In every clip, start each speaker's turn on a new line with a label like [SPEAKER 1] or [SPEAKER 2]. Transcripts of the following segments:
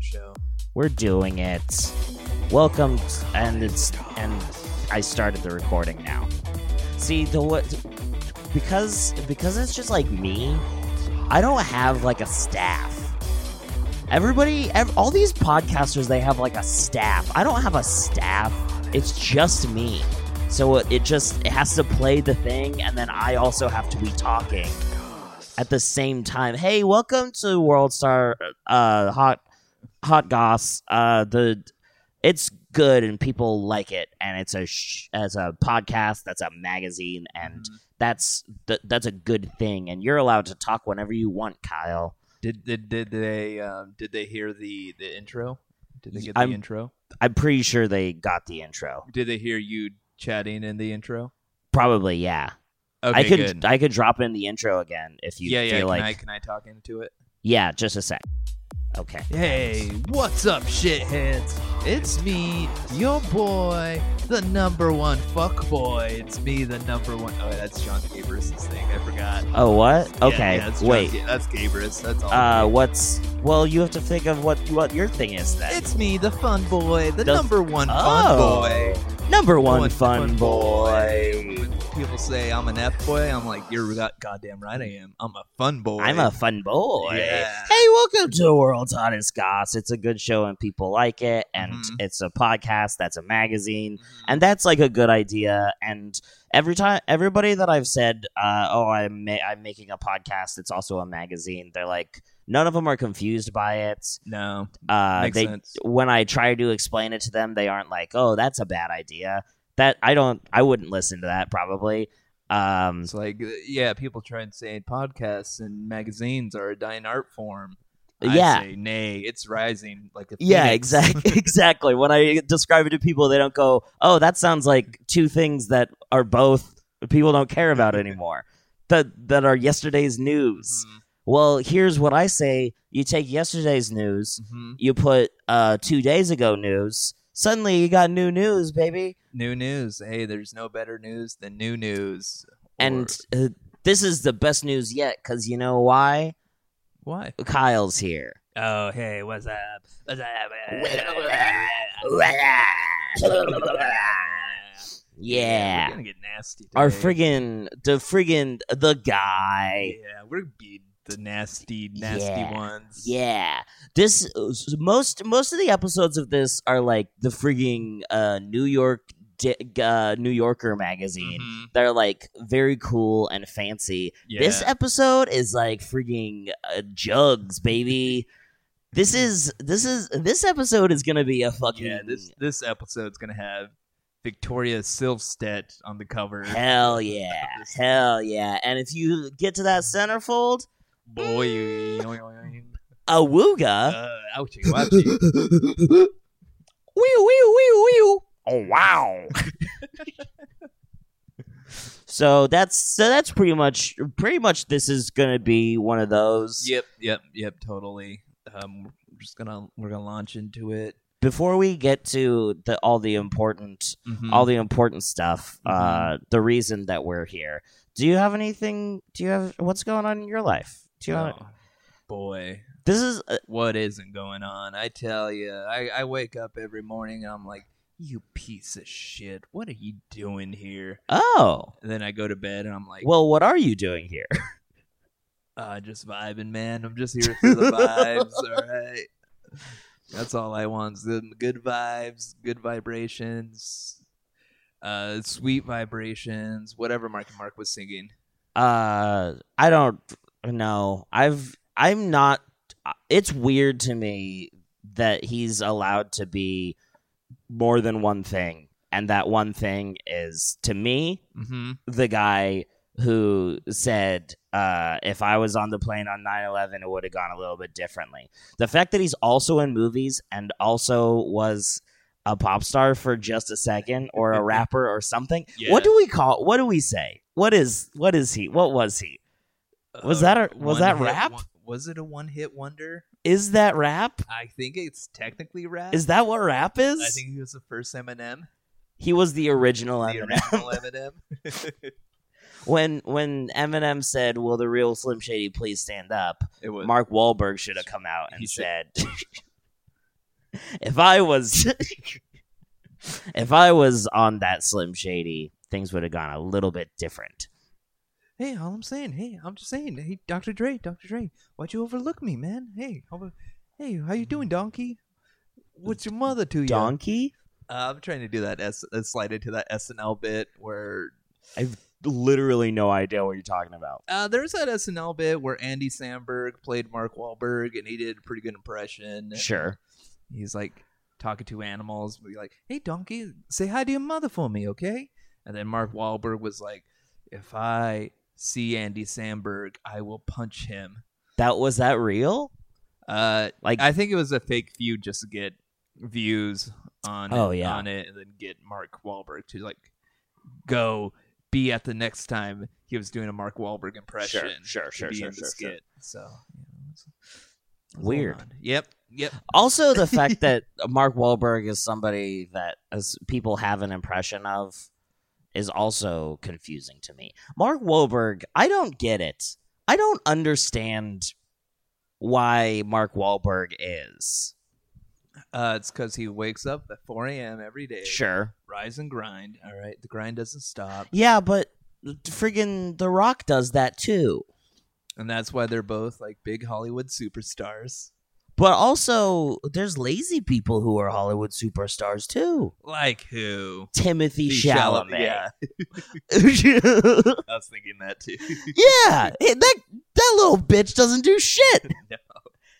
[SPEAKER 1] show.
[SPEAKER 2] We're doing it. Welcome, t- and it's and I started the recording now. See the what because because it's just like me. I don't have like a staff. Everybody, ev- all these podcasters, they have like a staff. I don't have a staff. It's just me. So it, it just it has to play the thing, and then I also have to be talking at the same time. Hey, welcome to World Star uh, Hot Hot Goss. Uh, the it's good and people like it, and it's a sh- as a podcast that's a magazine, and
[SPEAKER 1] Mm-hmm.
[SPEAKER 2] that's th- that's a good thing. And you're allowed to talk whenever you want, Kyle.
[SPEAKER 1] Did did, did they um, did they hear the the intro? Did they get the
[SPEAKER 2] I'm-
[SPEAKER 1] intro?
[SPEAKER 2] I'm pretty sure they got the intro.
[SPEAKER 1] Did they hear you chatting in the intro?
[SPEAKER 2] Probably, yeah.
[SPEAKER 1] Okay,
[SPEAKER 2] I could
[SPEAKER 1] good.
[SPEAKER 2] I could drop in the intro again if you
[SPEAKER 1] yeah, yeah. Can
[SPEAKER 2] feel like
[SPEAKER 1] I can I talk into it?
[SPEAKER 2] yeah. Just a sec. Okay.
[SPEAKER 1] Hey, what's up, shitheads? It's me, your boy, the number one fuck boy. It's me, the number one. Oh, that's John Gabris' thing. I forgot.
[SPEAKER 2] Oh, what?
[SPEAKER 1] Yeah,
[SPEAKER 2] Okay.
[SPEAKER 1] yeah, that's John
[SPEAKER 2] Wait.
[SPEAKER 1] Ga- that's Gabris. That's all.
[SPEAKER 2] Uh, what's well? You have to think of what what your thing is then.
[SPEAKER 1] it's me, the fun boy, the,
[SPEAKER 2] The-
[SPEAKER 1] number one
[SPEAKER 2] Oh.
[SPEAKER 1] fun boy.
[SPEAKER 2] number one,
[SPEAKER 1] One
[SPEAKER 2] fun,
[SPEAKER 1] fun
[SPEAKER 2] boy.
[SPEAKER 1] When people say I'm an F boy, I'm like, you're go- goddamn right I am. I'm a fun boy.
[SPEAKER 2] I'm a fun boy.
[SPEAKER 1] Yeah.
[SPEAKER 2] Hey, welcome to the world's hottest goss. It's a good show and people like it, and
[SPEAKER 1] Mhm.
[SPEAKER 2] it's a podcast that's a magazine,
[SPEAKER 1] Mhm.
[SPEAKER 2] and that's like a good idea. And every time, everybody that I've said, uh, "Oh, I'm ma- I'm making a podcast. It's also a magazine," they're like, none of them are confused by it.
[SPEAKER 1] no.
[SPEAKER 2] Uh,
[SPEAKER 1] Makes
[SPEAKER 2] they
[SPEAKER 1] sense.
[SPEAKER 2] when I try to explain it to them, they aren't like, "Oh, that's a bad idea." That I don't. I wouldn't listen to that probably. Um,
[SPEAKER 1] It's like, uh, yeah, people try and say podcasts and magazines are a dying art form. I
[SPEAKER 2] Yeah.
[SPEAKER 1] say, nay, it's rising like a
[SPEAKER 2] yeah,
[SPEAKER 1] phoenix.
[SPEAKER 2] exactly. exactly. When I describe it to people, they don't go, "Oh, that sounds like two things that are both people don't care about anymore." That that are yesterday's news.
[SPEAKER 1] Mm-hmm.
[SPEAKER 2] Well, here's what I say: you take yesterday's news,
[SPEAKER 1] Mhm.
[SPEAKER 2] you put uh, two days ago news. Suddenly, you got new news, baby.
[SPEAKER 1] New news. Hey, there's no better news than new news. Or-
[SPEAKER 2] and uh, this is the best news yet because you know why
[SPEAKER 1] why?
[SPEAKER 2] kyle's here
[SPEAKER 1] Oh, hey, what's up? What's
[SPEAKER 2] yeah
[SPEAKER 1] We're gonna get nasty.
[SPEAKER 2] our
[SPEAKER 1] today.
[SPEAKER 2] friggin the friggin the guy
[SPEAKER 1] Yeah, we're gonna be the nasty, nasty
[SPEAKER 2] Yeah.
[SPEAKER 1] ones.
[SPEAKER 2] yeah this uh, most most of the episodes of this are like the frigging uh new york di- uh, new yorker magazine
[SPEAKER 1] Mhm.
[SPEAKER 2] they're like very cool and fancy
[SPEAKER 1] yeah.
[SPEAKER 2] This episode is like freaking uh, jugs, baby. This is this is this episode is gonna be a fucking
[SPEAKER 1] Mm-hmm. yeah, this this episode's gonna have Victoria Silvstedt on the cover.
[SPEAKER 2] hell yeah,
[SPEAKER 1] This-
[SPEAKER 2] hell yeah. And if you get to that centerfold,
[SPEAKER 1] Boy,
[SPEAKER 2] a wooga,
[SPEAKER 1] uh, ouchie, ouchie.
[SPEAKER 2] wee wee wee wee. Oh wow. so that's so that's pretty much pretty much this is gonna be one of those.
[SPEAKER 1] yep, yep, yep, totally. Um, we're just gonna we're gonna launch into it.
[SPEAKER 2] Before we get to the all the important all the important stuff uh the reason that we're here do you have anything do you have what's going on in your life do you have,
[SPEAKER 1] Oh, boy,
[SPEAKER 2] this is uh,
[SPEAKER 1] what isn't going on? I tell you, I, I wake up every morning and I'm like, you piece of shit, what are you doing here?
[SPEAKER 2] oh
[SPEAKER 1] And then I go to bed and I'm like,
[SPEAKER 2] well what are you doing here
[SPEAKER 1] uh, just vibing, man. I'm just here for the vibes. all right, that's all I want. is the Good vibes, good vibrations, uh, sweet vibrations. Whatever Mark and Mark was singing.
[SPEAKER 2] uh i don't know i've i'm not it's weird to me that he's allowed to be more than one thing and that one thing is to me
[SPEAKER 1] Mm-hmm.
[SPEAKER 2] the guy who said uh, if I was on the plane on 9 11, it would have gone a little bit differently. The fact that he's also in movies and also was a pop star for just a second or a rapper or something. What do we call what do we say? What is what is he? What was he?
[SPEAKER 1] Uh,
[SPEAKER 2] was that a- was that rap?
[SPEAKER 1] was it a one-hit wonder?
[SPEAKER 2] Is that rap?
[SPEAKER 1] I think it's technically rap.
[SPEAKER 2] Is that what rap is?
[SPEAKER 1] I think he was the first Eminem,
[SPEAKER 2] he was the original
[SPEAKER 1] the
[SPEAKER 2] Eminem.
[SPEAKER 1] original Eminem.
[SPEAKER 2] When when Eminem said, "Will the real Slim Shady please stand up?"
[SPEAKER 1] it was.
[SPEAKER 2] Mark Wahlberg should have come out and
[SPEAKER 1] He should-
[SPEAKER 2] said, if I was if I was on that Slim Shady, things would have gone a little bit different.
[SPEAKER 1] Hey, all I'm saying, hey, I'm just saying, hey, Dr. Dre, Dr. Dre, why'd you overlook me, man? Hey, how, about- hey, how you doing, donkey? What's your mother to you?
[SPEAKER 2] Donkey?
[SPEAKER 1] Uh, I'm trying to do that S- uh, slide into that SNL bit where
[SPEAKER 2] I've literally no idea what you're talking about.
[SPEAKER 1] uh, there's that SNL bit where Andy Samberg played Mark Wahlberg and he did a pretty good impression.
[SPEAKER 2] Sure.
[SPEAKER 1] He's like talking to animals, be like, "Hey, donkey, say hi to your mother for me, okay?" And then Mark Wahlberg was like, "If I see Andy Samberg, I will punch him."
[SPEAKER 2] That was that real?
[SPEAKER 1] Uh,
[SPEAKER 2] Like
[SPEAKER 1] I think it was a fake feud just to get views on
[SPEAKER 2] Oh, yeah.
[SPEAKER 1] on it, and then get Mark Wahlberg to like go be at the next time he was doing a Mark Wahlberg impression.
[SPEAKER 2] sure,
[SPEAKER 1] to be in the skit. So you know, it's- it's going
[SPEAKER 2] Weird.
[SPEAKER 1] on. Yep, yep.
[SPEAKER 2] Also, the fact that Mark Wahlberg is somebody that as people have an impression of is also confusing to me. Mark Wahlberg, I don't get it. I don't understand why Mark Wahlberg is.
[SPEAKER 1] Uh, it's because he wakes up at 4 a.m. every day.
[SPEAKER 2] Sure.
[SPEAKER 1] Rise and grind. All right. The grind doesn't stop.
[SPEAKER 2] Yeah, but friggin' The Rock does that too.
[SPEAKER 1] And that's why they're both like big Hollywood superstars.
[SPEAKER 2] But also, there's lazy people who are Hollywood superstars too.
[SPEAKER 1] Like who?
[SPEAKER 2] Timothy
[SPEAKER 1] Steve
[SPEAKER 2] Chalamet.
[SPEAKER 1] Yeah.
[SPEAKER 2] yeah.
[SPEAKER 1] I was thinking that too.
[SPEAKER 2] Yeah, hey, that that little bitch doesn't do shit.
[SPEAKER 1] No.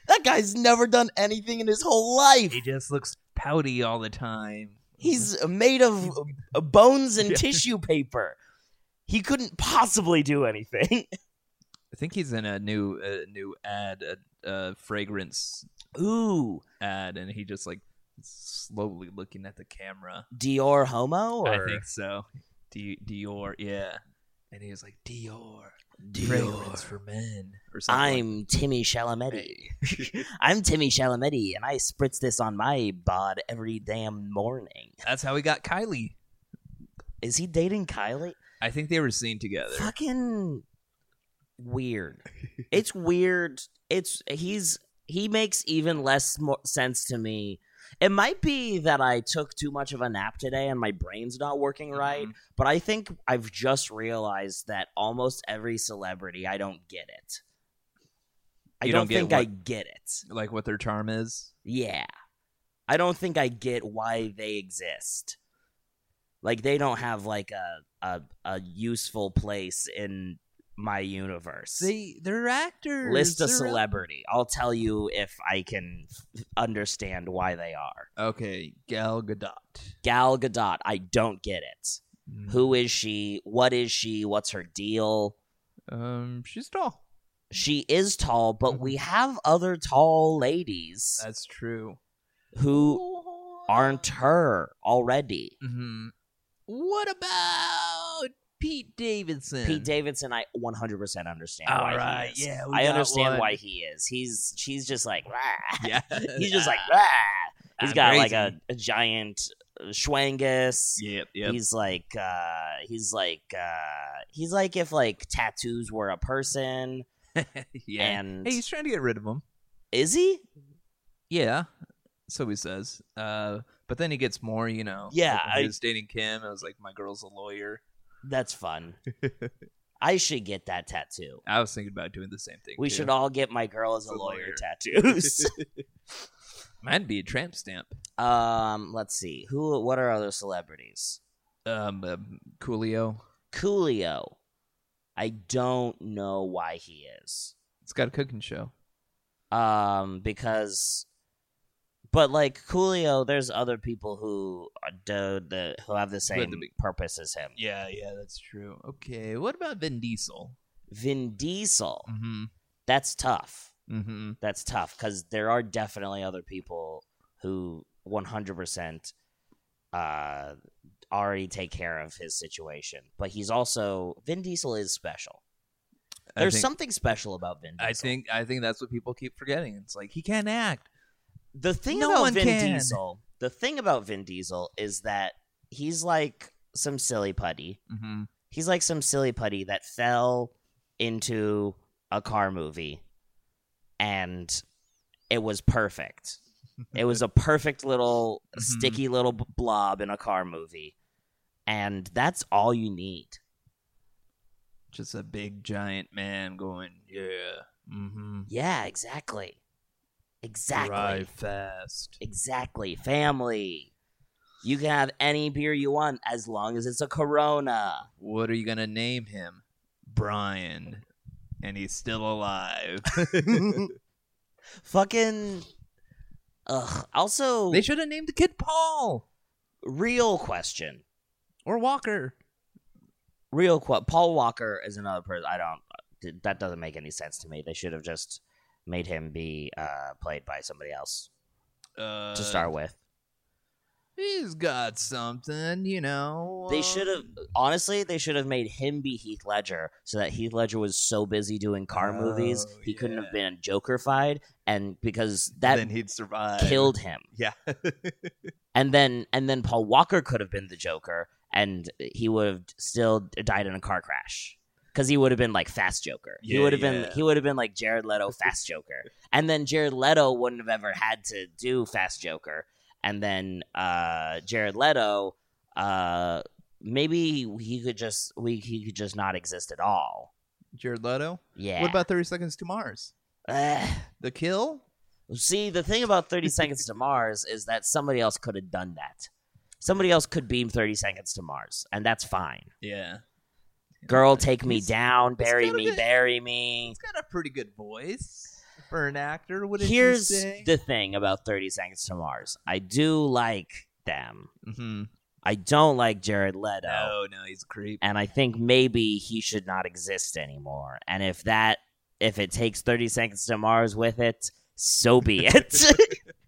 [SPEAKER 2] That guy's never done anything in his whole life.
[SPEAKER 1] he just looks pouty all the time.
[SPEAKER 2] He's made of uh, bones and
[SPEAKER 1] Yeah.
[SPEAKER 2] tissue paper. He couldn't possibly do anything.
[SPEAKER 1] I think he's in a new uh, new ad, a uh, fragrance
[SPEAKER 2] Ooh,
[SPEAKER 1] ad, and he just like slowly looking at the camera.
[SPEAKER 2] Dior homo or
[SPEAKER 1] I think so. D- Dior, yeah. And he was like Dior, fragrance for men or something. like
[SPEAKER 2] I'm Timmy Chalamet. I'm Timmy Chalamet, and I spritz this on my bod every damn morning.
[SPEAKER 1] That's how he got Kylie.
[SPEAKER 2] Is he dating Kylie?
[SPEAKER 1] I think they were seen together.
[SPEAKER 2] Fucking weird. It's weird. It's he's he makes even less mo sense to me. It might be that I took too much of a nap today and my brain's not working right,
[SPEAKER 1] Mhm.
[SPEAKER 2] but I think I've just realized that almost every celebrity, I don't get it. I
[SPEAKER 1] You
[SPEAKER 2] don't,
[SPEAKER 1] don't get
[SPEAKER 2] think
[SPEAKER 1] what-
[SPEAKER 2] I get it.
[SPEAKER 1] Like what their charm is.
[SPEAKER 2] Yeah. I don't think I get why they exist. Like they don't have like a a, a useful place in my universe.
[SPEAKER 1] They they're actors.
[SPEAKER 2] List a
[SPEAKER 1] They're-
[SPEAKER 2] celebrity. I'll tell you if I can f- understand why they are.
[SPEAKER 1] Okay, Gal Gadot.
[SPEAKER 2] Gal Gadot, I don't get it.
[SPEAKER 1] Mm-hmm.
[SPEAKER 2] Who is she? What is she? What's her deal?
[SPEAKER 1] Um, she's tall.
[SPEAKER 2] She is tall, but we have other tall ladies
[SPEAKER 1] That's true.
[SPEAKER 2] who aren't her already.
[SPEAKER 1] Mhm. What about Pete Davidson?
[SPEAKER 2] Pete Davidson, I 100% understand.
[SPEAKER 1] All
[SPEAKER 2] why he
[SPEAKER 1] right,
[SPEAKER 2] is.
[SPEAKER 1] yeah, we
[SPEAKER 2] I
[SPEAKER 1] got
[SPEAKER 2] understand
[SPEAKER 1] one.
[SPEAKER 2] why he is. He's she's just like "Rah."
[SPEAKER 1] Yeah,
[SPEAKER 2] he's just like
[SPEAKER 1] Ah,
[SPEAKER 2] "Rah." he's
[SPEAKER 1] I'm
[SPEAKER 2] got
[SPEAKER 1] crazy.
[SPEAKER 2] like a, a giant uh, schwangus.
[SPEAKER 1] Yep, yep.
[SPEAKER 2] He's like uh, he's like uh, he's like if like tattoos were a person.
[SPEAKER 1] yeah.
[SPEAKER 2] And
[SPEAKER 1] hey, he's trying to get rid of him.
[SPEAKER 2] is he?
[SPEAKER 1] Yeah, so he says. Uh, but then he gets more. You know.
[SPEAKER 2] Yeah,
[SPEAKER 1] Like when
[SPEAKER 2] I-
[SPEAKER 1] he was dating Kim. I was like, my girl's a lawyer.
[SPEAKER 2] That's fun. I should get that tattoo.
[SPEAKER 1] I was thinking about doing the same thing.
[SPEAKER 2] We
[SPEAKER 1] too.
[SPEAKER 2] should all get my girl as a
[SPEAKER 1] As a
[SPEAKER 2] lawyer
[SPEAKER 1] lawyer.
[SPEAKER 2] tattoos.
[SPEAKER 1] Mine'd be a tramp stamp.
[SPEAKER 2] um, let's see. Who what are other celebrities?
[SPEAKER 1] Um, um, Coolio.
[SPEAKER 2] Coolio. I don't know why he is.
[SPEAKER 1] It's got a cooking show.
[SPEAKER 2] Um, because, but like Coolio, there's other people who are, do the who have the
[SPEAKER 1] had
[SPEAKER 2] same
[SPEAKER 1] to be-
[SPEAKER 2] purpose as him.
[SPEAKER 1] Yeah, yeah, that's true. Okay, what about Vin Diesel?
[SPEAKER 2] Vin Diesel.
[SPEAKER 1] Mm-hmm.
[SPEAKER 2] That's tough.
[SPEAKER 1] Mm-hmm.
[SPEAKER 2] That's tough because there are definitely other people who 100 percent uh already take care of his situation. But he's also Vin Diesel is special. There's
[SPEAKER 1] I think,
[SPEAKER 2] something special about Vin. Diesel.
[SPEAKER 1] I think. I think that's what people keep forgetting. It's like he can't act.
[SPEAKER 2] The thing
[SPEAKER 1] No
[SPEAKER 2] about
[SPEAKER 1] one
[SPEAKER 2] Vin
[SPEAKER 1] can.
[SPEAKER 2] Diesel, the thing about Vin Diesel is that he's like some silly putty.
[SPEAKER 1] Mm-hmm.
[SPEAKER 2] He's like some silly putty that fell into a car movie and it was perfect. It was a perfect little
[SPEAKER 1] Mhm.
[SPEAKER 2] sticky little b- blob in a car movie. And that's all you need.
[SPEAKER 1] Just a big giant man going, yeah, mm-hmm.
[SPEAKER 2] Yeah, exactly. Exactly.
[SPEAKER 1] Drive fast.
[SPEAKER 2] Exactly. Family. You can have any beer you want as long as it's a Corona.
[SPEAKER 1] What are you gonna name him? Brian, and he's still alive.
[SPEAKER 2] Fucking. Ugh. Also,
[SPEAKER 1] they should have named the kid Paul
[SPEAKER 2] real question.
[SPEAKER 1] or Walker.
[SPEAKER 2] real quick, Paul Walker is another person. I don't. th- That doesn't make any sense to me. They should have just made him be uh, played by somebody else
[SPEAKER 1] Uh,
[SPEAKER 2] to start with.
[SPEAKER 1] he's got something, you know.
[SPEAKER 2] They
[SPEAKER 1] um,
[SPEAKER 2] should have honestly. They should have made him be Heath Ledger, so that Heath Ledger was so busy doing car movies,
[SPEAKER 1] Oh,
[SPEAKER 2] he couldn't
[SPEAKER 1] yeah.
[SPEAKER 2] have been Jokerfied, and because that
[SPEAKER 1] then he'd survive.
[SPEAKER 2] killed him.
[SPEAKER 1] Yeah.
[SPEAKER 2] and then and then Paul Walker could have been the Joker, and he would have still died in a car crash because he would have been like Fast Joker. he
[SPEAKER 1] Yeah,
[SPEAKER 2] would have been
[SPEAKER 1] yeah.
[SPEAKER 2] he would have been like Jared Leto Fast Joker, and then Jared Leto wouldn't have ever had to do Fast Joker, and then uh, Jared Leto, uh, maybe he could just we he could just not exist at all.
[SPEAKER 1] Jared Leto.
[SPEAKER 2] Yeah.
[SPEAKER 1] What about Thirty Seconds to Mars?
[SPEAKER 2] Ugh.
[SPEAKER 1] The kill?
[SPEAKER 2] See, the thing about 30 Seconds to Mars is that somebody else could have done that. Somebody else could beam 30 Seconds to Mars, and that's fine.
[SPEAKER 1] Yeah.
[SPEAKER 2] Girl, take me
[SPEAKER 1] He's-
[SPEAKER 2] down, bury
[SPEAKER 1] gotta
[SPEAKER 2] me,
[SPEAKER 1] be-
[SPEAKER 2] bury me.
[SPEAKER 1] He's got a pretty good voice for an actor. Wouldn't
[SPEAKER 2] Here's
[SPEAKER 1] you say?
[SPEAKER 2] the thing about 30 Seconds to Mars I do like them,
[SPEAKER 1] Mm-hmm.
[SPEAKER 2] I don't like Jared Leto.
[SPEAKER 1] No, no, he's a creep.
[SPEAKER 2] and I think maybe he should not exist anymore. And if that, if it takes 30 seconds to Mars with it, so be it.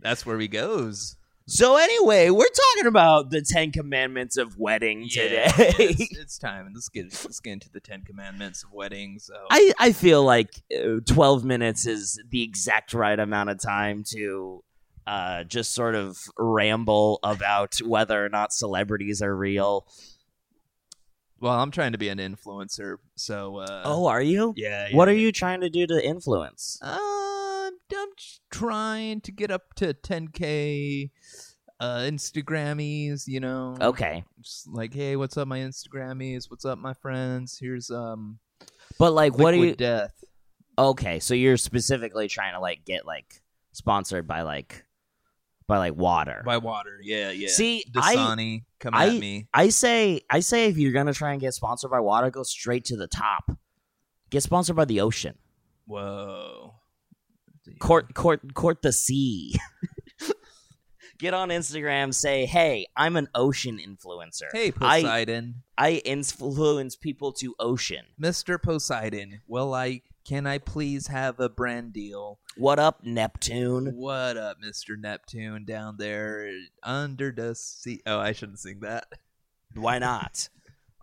[SPEAKER 1] That's where he goes.
[SPEAKER 2] so anyway, we're talking about the Ten Commandments of wedding
[SPEAKER 1] Yeah,
[SPEAKER 2] today.
[SPEAKER 1] it's, it's time. Let's get let's get into the Ten Commandments of weddings. So.
[SPEAKER 2] I, I feel like uh, 12 minutes is the exact right amount of time to uh, just sort of ramble about whether or not celebrities are real.
[SPEAKER 1] well, I'm trying to be an influencer, so uh,
[SPEAKER 2] oh, are you?
[SPEAKER 1] yeah,
[SPEAKER 2] What
[SPEAKER 1] yeah.
[SPEAKER 2] are you trying to do to influence?
[SPEAKER 1] Uh, I'm just trying to get up to 10k uh, Instagrammies. You know,
[SPEAKER 2] Okay.
[SPEAKER 1] just like hey, what's up, my Instagrammies? What's up, my friends? Here's um,
[SPEAKER 2] But like what do
[SPEAKER 1] Liquid
[SPEAKER 2] you
[SPEAKER 1] death?
[SPEAKER 2] Okay, so you're specifically trying to like get like sponsored by like by like water.
[SPEAKER 1] by water. Yeah, yeah.
[SPEAKER 2] See, I
[SPEAKER 1] Dasani, come
[SPEAKER 2] I-
[SPEAKER 1] at me.
[SPEAKER 2] I say I say if you're gonna try and get sponsored by water, go straight to the top. Get sponsored by the ocean.
[SPEAKER 1] Whoa.
[SPEAKER 2] Court court court the sea. get on Instagram, say, hey, I'm an ocean influencer.
[SPEAKER 1] Hey,
[SPEAKER 2] I-
[SPEAKER 1] Poseidon.
[SPEAKER 2] I influence people to ocean.
[SPEAKER 1] Mr. Poseidon, will I can I please have a brand deal?
[SPEAKER 2] What up, Neptune?
[SPEAKER 1] What up, Mr. Neptune down there under the sea? Oh, I shouldn't sing that
[SPEAKER 2] Why not?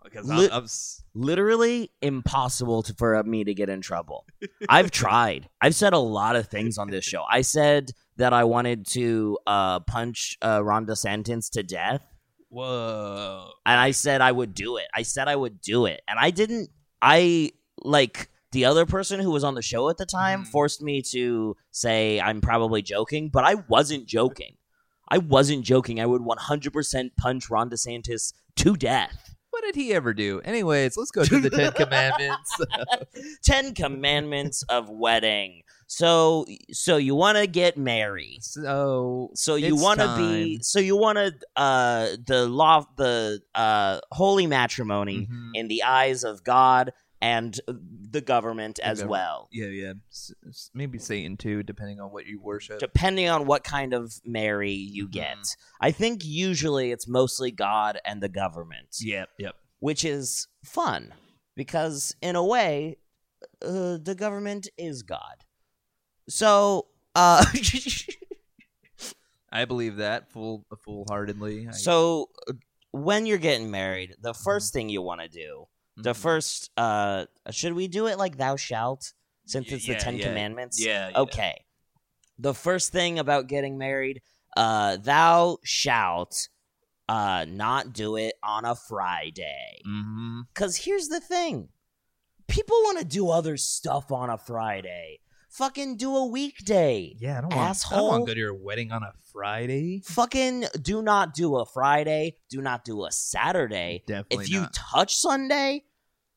[SPEAKER 1] because
[SPEAKER 2] Li-
[SPEAKER 1] I'm, I'm s-
[SPEAKER 2] literally impossible to, for me to get in trouble. I've tried. I've said a lot of things on this show. I said that I wanted to uh, punch uh, Ron DeSantis to death,
[SPEAKER 1] whoa.
[SPEAKER 2] and I said I would do it. I said I would do it, and I didn't. I like the other person who was on the show at the time
[SPEAKER 1] Mhm.
[SPEAKER 2] forced me to say I'm probably joking, but I wasn't joking. I wasn't joking. I would 100% punch Ron DeSantis to death.
[SPEAKER 1] What did he ever do? Anyways, let's go to the Ten Commandments.
[SPEAKER 2] Ten Commandments of wedding. So, so you want to get married.
[SPEAKER 1] So
[SPEAKER 2] So you
[SPEAKER 1] It's
[SPEAKER 2] want to be.
[SPEAKER 1] time.
[SPEAKER 2] So you want to. Uh, the law, the uh, holy matrimony
[SPEAKER 1] mhm.
[SPEAKER 2] in the eyes of God and the government as
[SPEAKER 1] government.
[SPEAKER 2] well,
[SPEAKER 1] yeah, yeah. S- s- maybe Satan too, depending on what you worship.
[SPEAKER 2] depending on what kind of marry
[SPEAKER 1] Mm-hmm.
[SPEAKER 2] you get. I think usually it's mostly God and the government.
[SPEAKER 1] Yep, yep.
[SPEAKER 2] which is fun because in a way uh, the government is god so uh
[SPEAKER 1] I believe that full full-heartedly. I-
[SPEAKER 2] so uh, when you're getting married the
[SPEAKER 1] Mm-hmm.
[SPEAKER 2] first thing you want to do the
[SPEAKER 1] Mhm.
[SPEAKER 2] first uh should we do it like thou shalt since
[SPEAKER 1] Y-
[SPEAKER 2] it's
[SPEAKER 1] yeah,
[SPEAKER 2] the 10
[SPEAKER 1] yeah,
[SPEAKER 2] commandments
[SPEAKER 1] Yeah. yeah.
[SPEAKER 2] okay the first thing about getting married uh thou shalt uh not do it on a friday
[SPEAKER 1] Mhm.
[SPEAKER 2] Because here's the thing people want to do other stuff on a Friday. Fucking do a weekday.
[SPEAKER 1] Yeah, I don't want. I don't
[SPEAKER 2] Asshole.
[SPEAKER 1] want to go to your wedding on a Friday.
[SPEAKER 2] Fucking do not do a Friday. Do not do a Saturday.
[SPEAKER 1] Definitely
[SPEAKER 2] if you
[SPEAKER 1] not.
[SPEAKER 2] touch Sunday,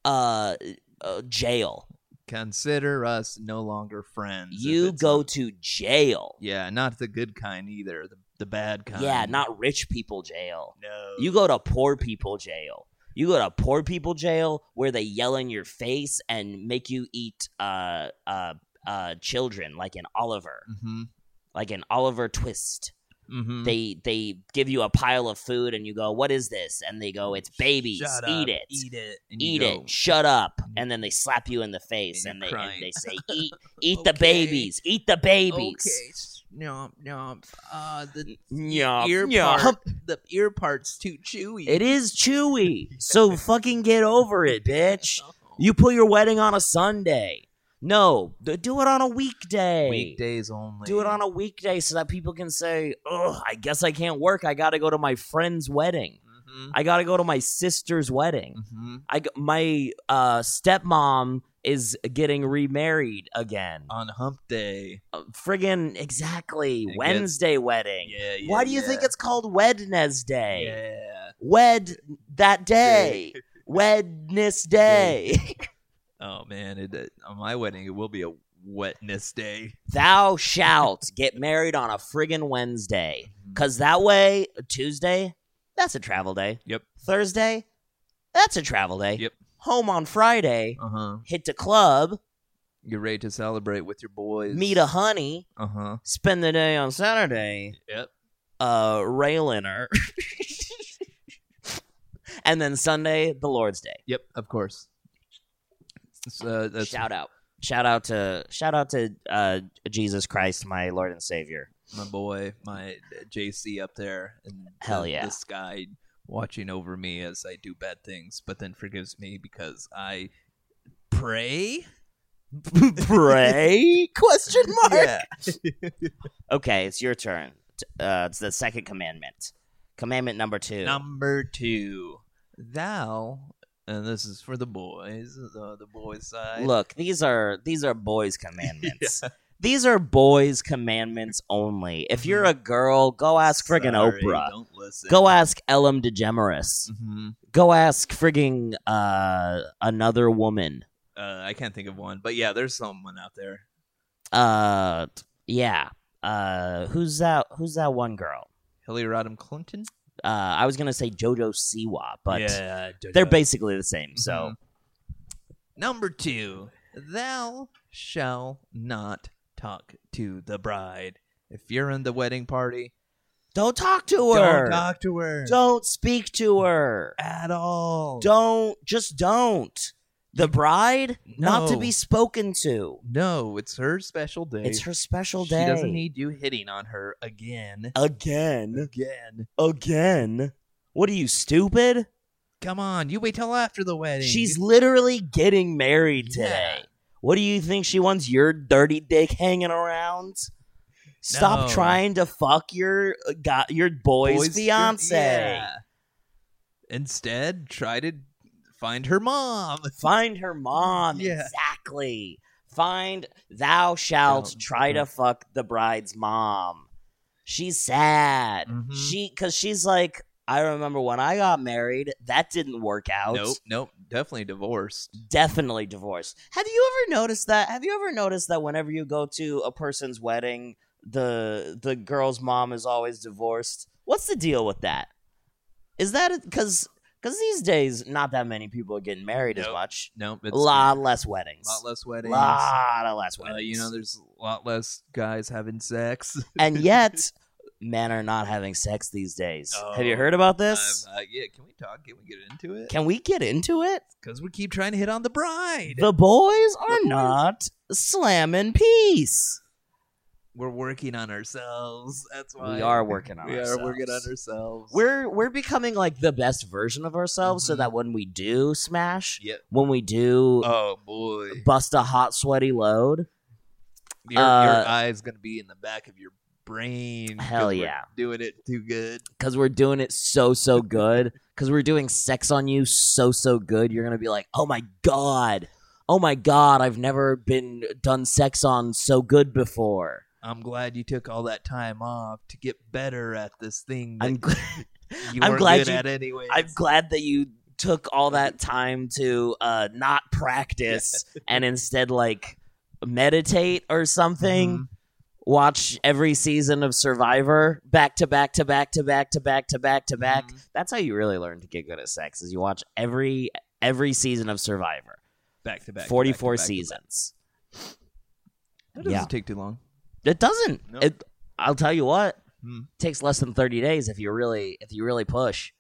[SPEAKER 2] uh, uh jail.
[SPEAKER 1] Consider us no longer friends. if
[SPEAKER 2] You
[SPEAKER 1] it's
[SPEAKER 2] go
[SPEAKER 1] not-
[SPEAKER 2] to jail.
[SPEAKER 1] yeah, not the good kind either. The the bad kind.
[SPEAKER 2] Yeah, not rich people jail.
[SPEAKER 1] No.
[SPEAKER 2] You go to poor people jail. You go to poor people jail where they yell in your face and make you eat uh uh uh children like in Oliver,
[SPEAKER 1] Mm-hmm.
[SPEAKER 2] like in Oliver Twist.
[SPEAKER 1] Mm-hmm.
[SPEAKER 2] They they give you a pile of food and you go, "What is this?" and they go, "It's babies.
[SPEAKER 1] Shut
[SPEAKER 2] eat
[SPEAKER 1] up,
[SPEAKER 2] it."
[SPEAKER 1] Eat it. and you
[SPEAKER 2] Eat
[SPEAKER 1] go,
[SPEAKER 2] it, shut up, and then they slap you in the face,
[SPEAKER 1] And
[SPEAKER 2] and,
[SPEAKER 1] you're
[SPEAKER 2] they
[SPEAKER 1] crying.
[SPEAKER 2] and they say, "Eat, eat the
[SPEAKER 1] Okay.
[SPEAKER 2] babies, eat the babies."
[SPEAKER 1] Okay. No, no. Uh,
[SPEAKER 2] Mm.
[SPEAKER 1] the
[SPEAKER 2] Nyop,
[SPEAKER 1] ear
[SPEAKER 2] nyop.
[SPEAKER 1] part. The ear part's too chewy.
[SPEAKER 2] It is chewy. So fucking get over it, bitch.
[SPEAKER 1] Oh.
[SPEAKER 2] You put your wedding on a Sunday. No, d- do it on a weekday.
[SPEAKER 1] Weekdays only.
[SPEAKER 2] Do it on a weekday so that people can say, "Oh, I guess I can't work. I got to go to my friend's wedding.
[SPEAKER 1] Mm-hmm.
[SPEAKER 2] I got to go to my sister's wedding.
[SPEAKER 1] Mm-hmm.
[SPEAKER 2] I g- my uh stepmom is getting remarried again.
[SPEAKER 1] On hump day.
[SPEAKER 2] Uh, friggin' exactly.
[SPEAKER 1] Uh, gets-
[SPEAKER 2] Wednesday wedding.
[SPEAKER 1] Yeah, yeah.
[SPEAKER 2] Why do you
[SPEAKER 1] yeah.
[SPEAKER 2] think it's called Wednesday?
[SPEAKER 1] Yeah.
[SPEAKER 2] wed that day wednesday
[SPEAKER 1] Oh man, it, it- on my wedding it will be a wetness day.
[SPEAKER 2] thou shalt get married on a friggin wednesday cuz that way tuesday that's a travel day
[SPEAKER 1] Yep.
[SPEAKER 2] thursday that's a travel day
[SPEAKER 1] Yep.
[SPEAKER 2] home on friday
[SPEAKER 1] Uh huh.
[SPEAKER 2] hit the club
[SPEAKER 1] You're ready to celebrate with your boys.
[SPEAKER 2] meet a honey
[SPEAKER 1] Uh huh.
[SPEAKER 2] spend the day on saturday
[SPEAKER 1] Yep.
[SPEAKER 2] uh railing her and then sunday the lord's day
[SPEAKER 1] Yep. Of course. It's, uh, that's,
[SPEAKER 2] shout out shout out to shout out to uh, jesus christ my lord and savior
[SPEAKER 1] my boy, my JC up there. And
[SPEAKER 2] Hell
[SPEAKER 1] the-
[SPEAKER 2] yeah.
[SPEAKER 1] This guy watching over me as I do bad things, but then forgives me because I pray.
[SPEAKER 2] pray question
[SPEAKER 1] Yeah.
[SPEAKER 2] okay it's your turn T- uh, it's the second commandment commandment number two
[SPEAKER 1] Number two, thou, and this is for the boys, the, the boys side.
[SPEAKER 2] look these are these are boys commandments these are boys commandments only if you're a girl go ask friggin
[SPEAKER 1] Mm-hmm. Sorry,
[SPEAKER 2] oprah
[SPEAKER 1] Don't listen.
[SPEAKER 2] go ask ellen degeneres
[SPEAKER 1] Mhm.
[SPEAKER 2] go ask friggin uh, another woman
[SPEAKER 1] Uh, I can't think of one, but yeah, there's someone out there.
[SPEAKER 2] uh yeah uh who's that who's that one girl
[SPEAKER 1] Hillary Rodham Clinton,
[SPEAKER 2] uh, I was gonna say JoJo Siwa, but
[SPEAKER 1] yeah, Mm-hmm.
[SPEAKER 2] they're
[SPEAKER 1] based.
[SPEAKER 2] basically the same. So Mm-hmm.
[SPEAKER 1] Number two, thou shall not talk to the bride. If you're in the wedding party,
[SPEAKER 2] don't talk to her.
[SPEAKER 1] don't talk to her
[SPEAKER 2] Don't speak to her.
[SPEAKER 1] at all.
[SPEAKER 2] Don't just don't. The bride not to
[SPEAKER 1] No.
[SPEAKER 2] be spoken to.
[SPEAKER 1] No, it's her special day.
[SPEAKER 2] It's her special
[SPEAKER 1] she
[SPEAKER 2] day.
[SPEAKER 1] doesn't need you hitting on her again.
[SPEAKER 2] again,
[SPEAKER 1] Again.
[SPEAKER 2] again. What are you stupid?
[SPEAKER 1] Come on, you wait till after the wedding.
[SPEAKER 2] She's literally getting married
[SPEAKER 1] Yeah.
[SPEAKER 2] today. What do you think she wants your dirty dick hanging around? Stop
[SPEAKER 1] No.
[SPEAKER 2] trying to fuck your uh, got your boy's, fiance.
[SPEAKER 1] yeah. Instead, try to find her mom.
[SPEAKER 2] Find her mom.
[SPEAKER 1] Yeah.
[SPEAKER 2] Exactly. Find thou shalt
[SPEAKER 1] Shalt,
[SPEAKER 2] try to
[SPEAKER 1] mhm.
[SPEAKER 2] fuck the bride's mom. She's sad.
[SPEAKER 1] Mhm.
[SPEAKER 2] She cuz she's like I remember when I got married, that didn't work out.
[SPEAKER 1] Nope, nope, definitely divorced.
[SPEAKER 2] definitely divorced. Have you ever noticed that? Have you ever noticed that whenever you go to a person's wedding, the the girl's mom is always divorced? What's the deal with that? Is that because because these days not that many people are getting married as
[SPEAKER 1] Nope.
[SPEAKER 2] much.
[SPEAKER 1] Nope, it's
[SPEAKER 2] A lot less weddings.
[SPEAKER 1] lot less weddings.
[SPEAKER 2] Lot of less
[SPEAKER 1] Uh,
[SPEAKER 2] weddings.
[SPEAKER 1] you know, there's a lot less guys having sex.
[SPEAKER 2] and yet men are not having sex these days. Have you
[SPEAKER 1] Oh,
[SPEAKER 2] heard about this?
[SPEAKER 1] Um, uh, yeah, can we talk? Can we get into it?
[SPEAKER 2] Can we get into it?
[SPEAKER 1] Because we keep trying to hit on the bride.
[SPEAKER 2] The boys are
[SPEAKER 1] boys-
[SPEAKER 2] not slamming peace.
[SPEAKER 1] We're working on ourselves. That's why
[SPEAKER 2] We are working on
[SPEAKER 1] we
[SPEAKER 2] ourselves.
[SPEAKER 1] are working on ourselves.
[SPEAKER 2] We're we're becoming like the best version of ourselves, so
[SPEAKER 1] Mhm.
[SPEAKER 2] that when we do smash,
[SPEAKER 1] Yep.
[SPEAKER 2] when we do
[SPEAKER 1] Oh boy,
[SPEAKER 2] bust a hot sweaty load,
[SPEAKER 1] your,
[SPEAKER 2] uh,
[SPEAKER 1] your eye's gonna be in the back of your brain. 'cause
[SPEAKER 2] Hell
[SPEAKER 1] we're
[SPEAKER 2] yeah.
[SPEAKER 1] doing it too good.
[SPEAKER 2] because we're doing it so so good, because we're doing sex on you so so good, you're gonna be like, oh my god, oh my god, I've never been done sex on so good before.
[SPEAKER 1] I'm glad you took all that time off to get better at this thing that
[SPEAKER 2] I'm glad.
[SPEAKER 1] you
[SPEAKER 2] I'm
[SPEAKER 1] weren't
[SPEAKER 2] glad
[SPEAKER 1] good
[SPEAKER 2] you-
[SPEAKER 1] at anyway.
[SPEAKER 2] I'm glad that you took all that time to uh, not practice and instead like meditate or something.
[SPEAKER 1] Mm-hmm.
[SPEAKER 2] Watch every season of Survivor back to back to back to back to back to back to back.
[SPEAKER 1] Mhm.
[SPEAKER 2] That's how you really learn to get good at sex. Is you watch every every season of Survivor,
[SPEAKER 1] back to back. to
[SPEAKER 2] forty four
[SPEAKER 1] back to back to back.
[SPEAKER 2] seasons.
[SPEAKER 1] That doesn't
[SPEAKER 2] Yeah.
[SPEAKER 1] take too long.
[SPEAKER 2] It doesn't.
[SPEAKER 1] No.
[SPEAKER 2] It, I'll tell you what.
[SPEAKER 1] Hmm.
[SPEAKER 2] takes less than thirty days if you really if you really push.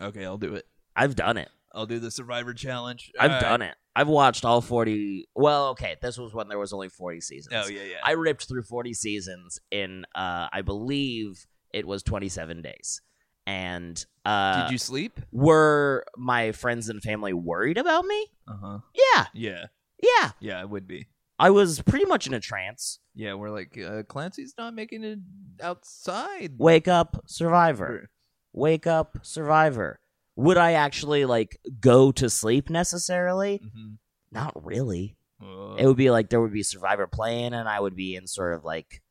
[SPEAKER 1] Okay, I'll do it.
[SPEAKER 2] I've done it.
[SPEAKER 1] I'll do the Survivor challenge.
[SPEAKER 2] I've
[SPEAKER 1] All right.
[SPEAKER 2] done it. I've watched all 40. Well, okay, this was when there was only 40 seasons.
[SPEAKER 1] Oh yeah, yeah.
[SPEAKER 2] I ripped through 40 seasons in uh I believe it was 27 days. And uh
[SPEAKER 1] Did you sleep?
[SPEAKER 2] were my friends and family worried about me?
[SPEAKER 1] Uh huh.
[SPEAKER 2] Yeah.
[SPEAKER 1] Yeah,
[SPEAKER 2] Yeah.
[SPEAKER 1] yeah. I would be.
[SPEAKER 2] I was pretty much in a trance.
[SPEAKER 1] Yeah, we're like uh, Clancy's not making it outside.
[SPEAKER 2] Wake up, survivor. Wake up, survivor. Would I actually like go to sleep necessarily?
[SPEAKER 1] Mhm.
[SPEAKER 2] Not really.
[SPEAKER 1] Uh,
[SPEAKER 2] It would be like there would be survivor playing and I would be in sort of like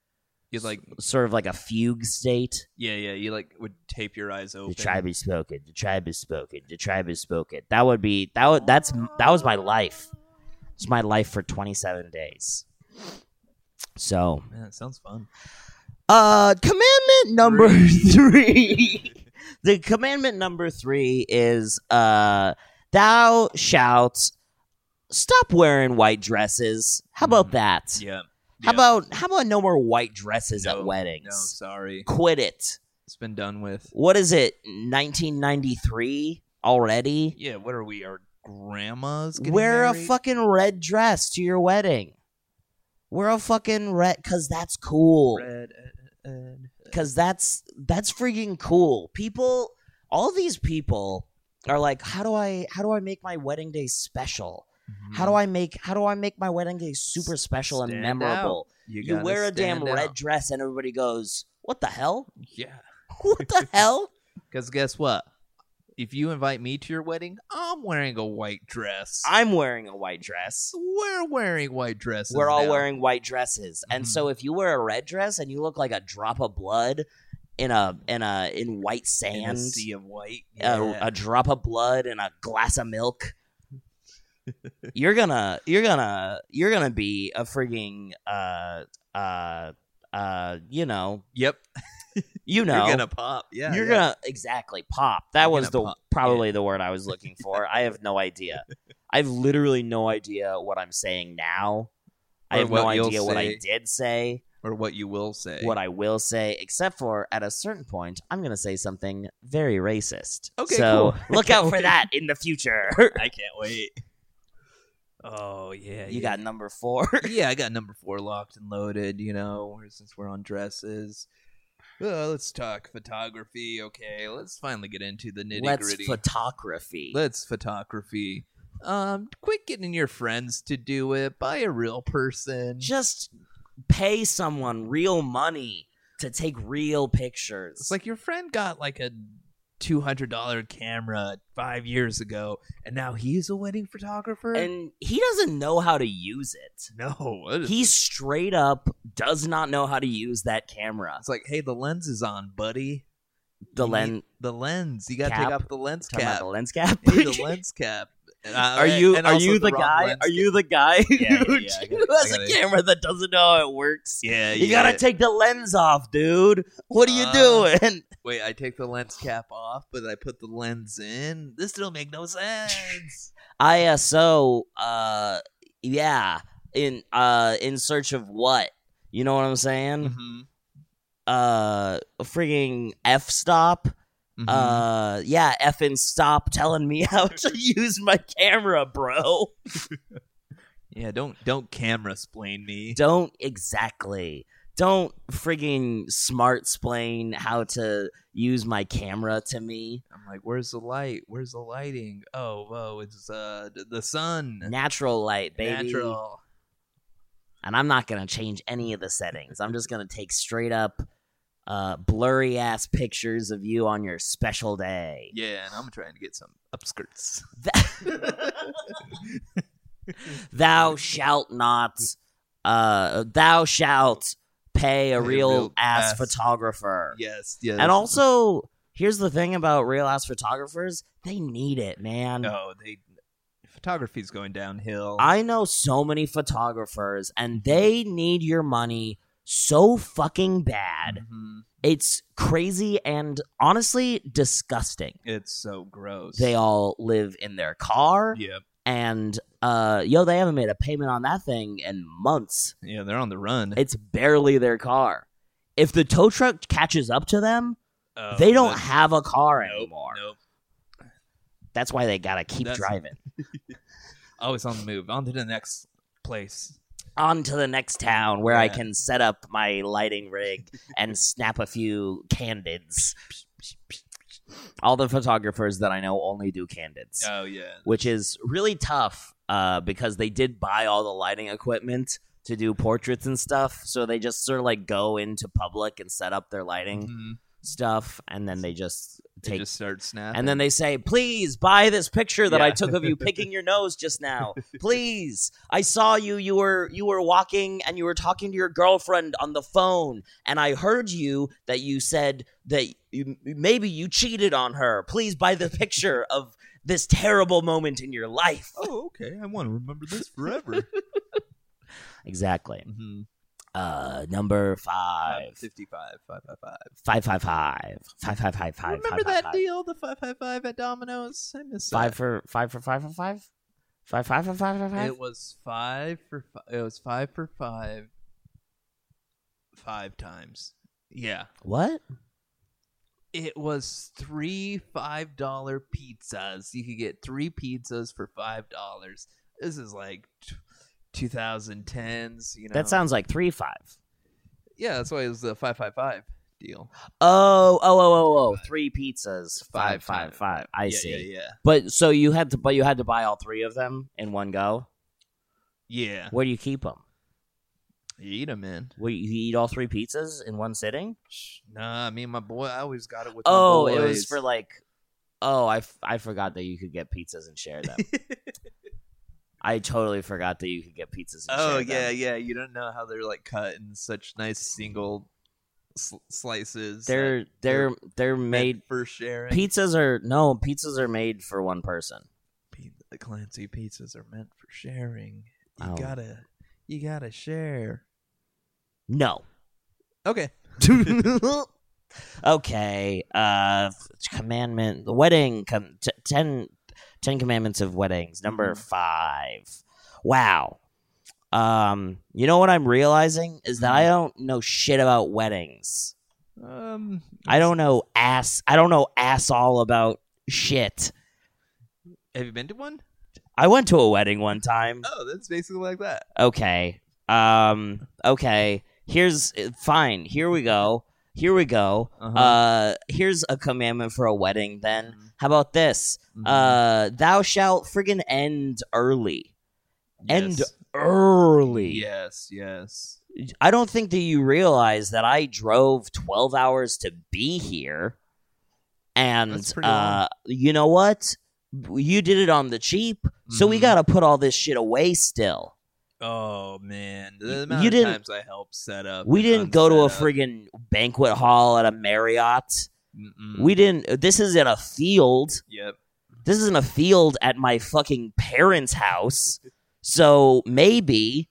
[SPEAKER 1] you like,
[SPEAKER 2] sort of like a fugue state.
[SPEAKER 1] yeah, yeah. You like would tape your eyes open.
[SPEAKER 2] The tribe is spoken. The tribe is spoken. The tribe is spoken. That would be that. Would, Oh, that's that was my life. It's my life for 27 days. So,
[SPEAKER 1] Man, it sounds fun.
[SPEAKER 2] uh, commandment number three. the commandment number three is, uh, thou shalt stop wearing white dresses. How about
[SPEAKER 1] Mhm.
[SPEAKER 2] that?
[SPEAKER 1] Yeah. yeah.
[SPEAKER 2] How about how about no more white dresses
[SPEAKER 1] No,
[SPEAKER 2] at
[SPEAKER 1] No,
[SPEAKER 2] weddings?
[SPEAKER 1] sorry.
[SPEAKER 2] Quit it.
[SPEAKER 1] It's been done with.
[SPEAKER 2] what is it 1993 already
[SPEAKER 1] Yeah. What are we? Our grandmas? getting
[SPEAKER 2] wear a
[SPEAKER 1] married?
[SPEAKER 2] fucking red dress to your wedding wear a fucking red because that's cool
[SPEAKER 1] Red, uh, uh, uh,
[SPEAKER 2] because that's that's freaking cool people all these people are like how do i how do i make my wedding day special how do i make how do i make my wedding day super special and
[SPEAKER 1] Stand
[SPEAKER 2] memorable you,
[SPEAKER 1] gotta
[SPEAKER 2] wear a damn
[SPEAKER 1] stand out.
[SPEAKER 2] red dress and everybody goes what the hell
[SPEAKER 1] Yeah.
[SPEAKER 2] what the hell
[SPEAKER 1] Because guess what? If you invite me to your wedding, I'm wearing a white dress.
[SPEAKER 2] i'm wearing a white dress
[SPEAKER 1] We're wearing white dresses.
[SPEAKER 2] we're all
[SPEAKER 1] now.
[SPEAKER 2] wearing white dresses and
[SPEAKER 1] Mhm.
[SPEAKER 2] so if you wear a red dress and you look like a drop of blood in a in a in white
[SPEAKER 1] in a
[SPEAKER 2] sand
[SPEAKER 1] sea of white.
[SPEAKER 2] a,
[SPEAKER 1] Yeah.
[SPEAKER 2] a drop of blood and a glass of milk you're gonna you're gonna you're gonna be a frigging uh uh uh you know
[SPEAKER 1] yep.
[SPEAKER 2] you know
[SPEAKER 1] You're gonna pop. Yeah.
[SPEAKER 2] You're
[SPEAKER 1] yeah.
[SPEAKER 2] gonna exactly pop. That
[SPEAKER 1] You're
[SPEAKER 2] was
[SPEAKER 1] gonna
[SPEAKER 2] the
[SPEAKER 1] pop,
[SPEAKER 2] probably the word I was looking for. I have no idea. I have literally no idea what I'm saying now. I
[SPEAKER 1] Or
[SPEAKER 2] have no
[SPEAKER 1] what you'll
[SPEAKER 2] idea what I
[SPEAKER 1] say.
[SPEAKER 2] did say,
[SPEAKER 1] or what you will say.
[SPEAKER 2] what I will say, except for at a certain point, I'm gonna say something very racist.
[SPEAKER 1] Okay,
[SPEAKER 2] so
[SPEAKER 1] cool.
[SPEAKER 2] look out for that in the future.
[SPEAKER 1] I can't wait. Oh yeah.
[SPEAKER 2] you
[SPEAKER 1] yeah.
[SPEAKER 2] got number four.
[SPEAKER 1] yeah, I got number four locked and loaded, you know, or since we're on dresses. Uh, let's talk photography. Okay, let's finally get into the nitty
[SPEAKER 2] Let's
[SPEAKER 1] gritty.
[SPEAKER 2] photography.
[SPEAKER 1] let's photography. Um, quit getting your friends to do it. Buy a real person.
[SPEAKER 2] Just pay someone real money to take real pictures.
[SPEAKER 1] It's like your friend got like a two hundred dollar camera five years ago, and now he's a wedding photographer.
[SPEAKER 2] and he doesn't know how to use it.
[SPEAKER 1] no, what is-
[SPEAKER 2] He straight up does not know how to use that camera.
[SPEAKER 1] it's like, hey, the lens is on, buddy.
[SPEAKER 2] The
[SPEAKER 1] You
[SPEAKER 2] lens,
[SPEAKER 1] need- the lens. You gotta
[SPEAKER 2] Cap.
[SPEAKER 1] take off the lens
[SPEAKER 2] talking about
[SPEAKER 1] cap.
[SPEAKER 2] the lens cap.
[SPEAKER 1] Hey, the lens cap. And I-
[SPEAKER 2] are you
[SPEAKER 1] Uh, and
[SPEAKER 2] are
[SPEAKER 1] also
[SPEAKER 2] you the,
[SPEAKER 1] wrong
[SPEAKER 2] guy?
[SPEAKER 1] lens
[SPEAKER 2] Are
[SPEAKER 1] cap.
[SPEAKER 2] you the guy
[SPEAKER 1] Yeah,
[SPEAKER 2] who,
[SPEAKER 1] yeah, yeah, I
[SPEAKER 2] who
[SPEAKER 1] gotta- I
[SPEAKER 2] has a
[SPEAKER 1] gotta-
[SPEAKER 2] camera that doesn't know how it works?
[SPEAKER 1] Yeah,
[SPEAKER 2] You
[SPEAKER 1] yeah.
[SPEAKER 2] gotta take the lens off, dude. What are you
[SPEAKER 1] Uh,
[SPEAKER 2] doing?
[SPEAKER 1] Wait, I take the lens cap off, but I put the lens in. This don't make no sense.
[SPEAKER 2] ISO. Uh, yeah. In uh, in search of what? You know what I'm saying?
[SPEAKER 1] Mhm,
[SPEAKER 2] Uh, a frigging f stop.
[SPEAKER 1] mhm.
[SPEAKER 2] Uh, yeah, effing stop telling me how to use my camera, bro.
[SPEAKER 1] yeah, don't don't camera splain me.
[SPEAKER 2] Don't exactly. Don't frigging smart splain how to use my camera to me.
[SPEAKER 1] I'm like, where's the light? Where's the lighting? Oh, whoa, it's uh th- the sun.
[SPEAKER 2] Natural light, baby.
[SPEAKER 1] Natural.
[SPEAKER 2] And I'm not gonna change any of the settings. I'm just gonna take straight up uh, blurry ass pictures of you on your special day.
[SPEAKER 1] Yeah, and I'm trying to get some upskirts.
[SPEAKER 2] Thou shalt not. Uh, thou shalt pay a real, ass,
[SPEAKER 1] ass-
[SPEAKER 2] photographer.
[SPEAKER 1] yes, yes.
[SPEAKER 2] And also, here's the thing about real ass photographers: they need it, man.
[SPEAKER 1] no, Oh, they photography's going downhill.
[SPEAKER 2] I know so many photographers, and they need your money so fucking bad.
[SPEAKER 1] Mhm.
[SPEAKER 2] It's crazy and honestly disgusting.
[SPEAKER 1] It's so gross.
[SPEAKER 2] They all live in their car,
[SPEAKER 1] Yeah,
[SPEAKER 2] and uh, yo, they haven't made a payment on that thing in months.
[SPEAKER 1] yeah, they're on the run.
[SPEAKER 2] It's barely their car. If the tow truck catches up to them,
[SPEAKER 1] Oh,
[SPEAKER 2] they don't
[SPEAKER 1] that's-
[SPEAKER 2] have a car
[SPEAKER 1] nope,
[SPEAKER 2] anymore.
[SPEAKER 1] Nope.
[SPEAKER 2] That's why they gotta keep
[SPEAKER 1] That's-
[SPEAKER 2] driving.
[SPEAKER 1] Always Oh, on the move. On to the next place.
[SPEAKER 2] on to the next town where I
[SPEAKER 1] Yeah.
[SPEAKER 2] can set up my lighting rig and snap a few candids. All the photographers that I know only do candids,
[SPEAKER 1] Oh yeah.
[SPEAKER 2] which is really tough uh, because they did buy all the lighting equipment to do portraits and stuff. So they just sort of like go into public and set up their lighting
[SPEAKER 1] Mhm.
[SPEAKER 2] stuff and then they just
[SPEAKER 1] They
[SPEAKER 2] take.
[SPEAKER 1] just start snapping.
[SPEAKER 2] and then they say, please buy this picture that I
[SPEAKER 1] Yeah.
[SPEAKER 2] took of you picking your nose just now. Please. I saw you. You were you were walking and you were talking to your girlfriend on the phone. And I heard you that you said that you, maybe you cheated on her. Please buy the picture of this terrible moment in your life.
[SPEAKER 1] Oh, okay. I want to remember this forever.
[SPEAKER 2] Exactly.
[SPEAKER 1] Mhm.
[SPEAKER 2] Uh, number five.
[SPEAKER 1] Five Uh, fifty-five, five five five.
[SPEAKER 2] Five five five. Five five five five.
[SPEAKER 1] Remember
[SPEAKER 2] five,
[SPEAKER 1] that
[SPEAKER 2] five,
[SPEAKER 1] deal, the five five five at Domino's? I miss
[SPEAKER 2] Five for five for five for five. Five five for five for
[SPEAKER 1] that.
[SPEAKER 2] five.
[SPEAKER 1] It was five for five. It was five for five. Five times. Yeah.
[SPEAKER 2] What?
[SPEAKER 1] It was three five dollar pizzas. You could get three pizzas for five dollars. This is like t- 2010s. You know.
[SPEAKER 2] That sounds like three five.
[SPEAKER 1] Yeah, that's why it was the five five five deal.
[SPEAKER 2] Oh, oh, oh, oh, oh! Three pizzas,
[SPEAKER 1] Five
[SPEAKER 2] five, five,
[SPEAKER 1] times.
[SPEAKER 2] five. I
[SPEAKER 1] yeah,
[SPEAKER 2] see.
[SPEAKER 1] Yeah,
[SPEAKER 2] But so you had to, but you had to buy all three of them in one go.
[SPEAKER 1] yeah. Yeah.
[SPEAKER 2] Where do you keep them?
[SPEAKER 1] You eat them, man.
[SPEAKER 2] Where you eat all three pizzas in one sitting?
[SPEAKER 1] Nah, me and my boy. I always got it with. my
[SPEAKER 2] Oh, it was
[SPEAKER 1] boys.
[SPEAKER 2] for like. Oh, I, f- I forgot that you could get pizzas and share them. I totally forgot that you could get pizzas. and
[SPEAKER 1] Oh
[SPEAKER 2] share them.
[SPEAKER 1] yeah, yeah. You don't know how they're like cut in such nice single sl- slices. that
[SPEAKER 2] they're they're they're
[SPEAKER 1] meant
[SPEAKER 2] made.
[SPEAKER 1] for sharing.
[SPEAKER 2] Pizzas are no pizzas are made for one person.
[SPEAKER 1] P- the Clancy pizzas are meant for sharing. You
[SPEAKER 2] Oh.
[SPEAKER 1] gotta, you gotta share.
[SPEAKER 2] No.
[SPEAKER 1] Okay.
[SPEAKER 2] okay. Uh, f- commandment, the wedding, com- t- ten, ten commandments of weddings, number
[SPEAKER 1] Mhm.
[SPEAKER 2] five. Wow. Um, you know what I'm realizing is that I
[SPEAKER 1] Mhm.
[SPEAKER 2] don't know shit about weddings.
[SPEAKER 1] Um,
[SPEAKER 2] I don't know ass. I don't know ass all about shit.
[SPEAKER 1] Have you been to one?
[SPEAKER 2] Mm. I went to a wedding one time.
[SPEAKER 1] Oh, that's basically like that.
[SPEAKER 2] Okay. Um. Okay. Here's uh, fine. Here we go. Here we go.
[SPEAKER 1] Uh-huh.
[SPEAKER 2] Uh. Here's a commandment for a wedding. Then
[SPEAKER 1] Mhm.
[SPEAKER 2] how about this?
[SPEAKER 1] Mhm.
[SPEAKER 2] Uh, thou shalt friggin' end early. end
[SPEAKER 1] Yes.
[SPEAKER 2] Early.
[SPEAKER 1] Yes, yes.
[SPEAKER 2] I don't think that you realize that I drove 12 hours to be here. And
[SPEAKER 1] That's pretty
[SPEAKER 2] uh, you know what? You did it on the cheap. So we
[SPEAKER 1] Mhm.
[SPEAKER 2] got to put all this shit away still.
[SPEAKER 1] Oh man,
[SPEAKER 2] You-
[SPEAKER 1] the amount
[SPEAKER 2] you
[SPEAKER 1] of
[SPEAKER 2] didn't-
[SPEAKER 1] times I helped set up.
[SPEAKER 2] We
[SPEAKER 1] and
[SPEAKER 2] didn't go to a
[SPEAKER 1] unset up.
[SPEAKER 2] friggin' banquet hall at a Marriott.
[SPEAKER 1] Mm-mm.
[SPEAKER 2] We didn't. This is in a field.
[SPEAKER 1] Yep.
[SPEAKER 2] this isn't a field at my fucking parents' house. So maybe,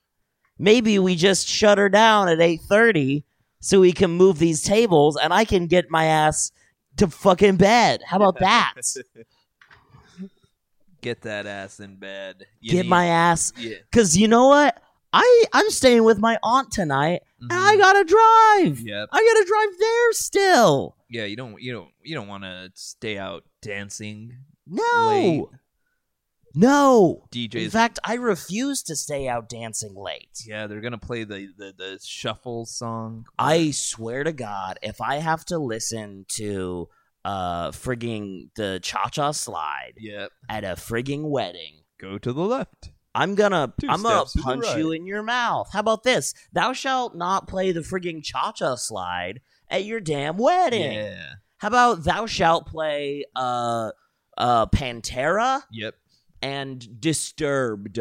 [SPEAKER 2] maybe we just shut her down at eight thirty so we can move these tables and I can get my ass to fucking bed. How about that?
[SPEAKER 1] Get that ass in bed. You
[SPEAKER 2] get
[SPEAKER 1] need-
[SPEAKER 2] my ass,
[SPEAKER 1] Yeah.
[SPEAKER 2] cause you know what? I I'm staying with my aunt tonight and I
[SPEAKER 1] Mhm.
[SPEAKER 2] gotta drive.
[SPEAKER 1] Mm-hmm. Yep.
[SPEAKER 2] I gotta drive there still.
[SPEAKER 1] Yeah. You don't. You don't. You don't want to stay out dancing.
[SPEAKER 2] No,
[SPEAKER 1] Late.
[SPEAKER 2] no.
[SPEAKER 1] DJs.
[SPEAKER 2] In fact, I refuse to stay out dancing late.
[SPEAKER 1] yeah, they're gonna play the the, the shuffle song.
[SPEAKER 2] I swear to God, if I have to listen to uh frigging the cha cha slide
[SPEAKER 1] Yep.
[SPEAKER 2] at a frigging wedding,
[SPEAKER 1] Go to the left.
[SPEAKER 2] I'm gonna
[SPEAKER 1] Two
[SPEAKER 2] I'm gonna
[SPEAKER 1] steps to the
[SPEAKER 2] punch
[SPEAKER 1] right.
[SPEAKER 2] you in your mouth. How about this? Thou shalt not play the frigging cha cha slide at your damn wedding.
[SPEAKER 1] Yeah.
[SPEAKER 2] How about thou shalt play uh uh Pantera
[SPEAKER 1] Yep.
[SPEAKER 2] and Disturbed?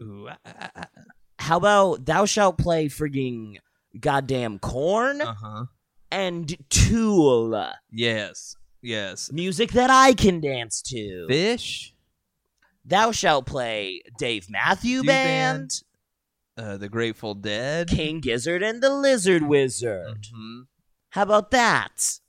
[SPEAKER 1] Ooh, ah, ah, ah, ah.
[SPEAKER 2] How about thou shalt play frigging goddamn corn
[SPEAKER 1] Uh-huh.
[SPEAKER 2] and Tool
[SPEAKER 1] Yes. Yes.
[SPEAKER 2] music that I can dance to.
[SPEAKER 1] Fish,
[SPEAKER 2] Thou shalt play Dave Matthew
[SPEAKER 1] Dude
[SPEAKER 2] Band,
[SPEAKER 1] uh, the Grateful Dead.
[SPEAKER 2] King Gizzard and the Lizard Wizard.
[SPEAKER 1] Mhm.
[SPEAKER 2] How about that?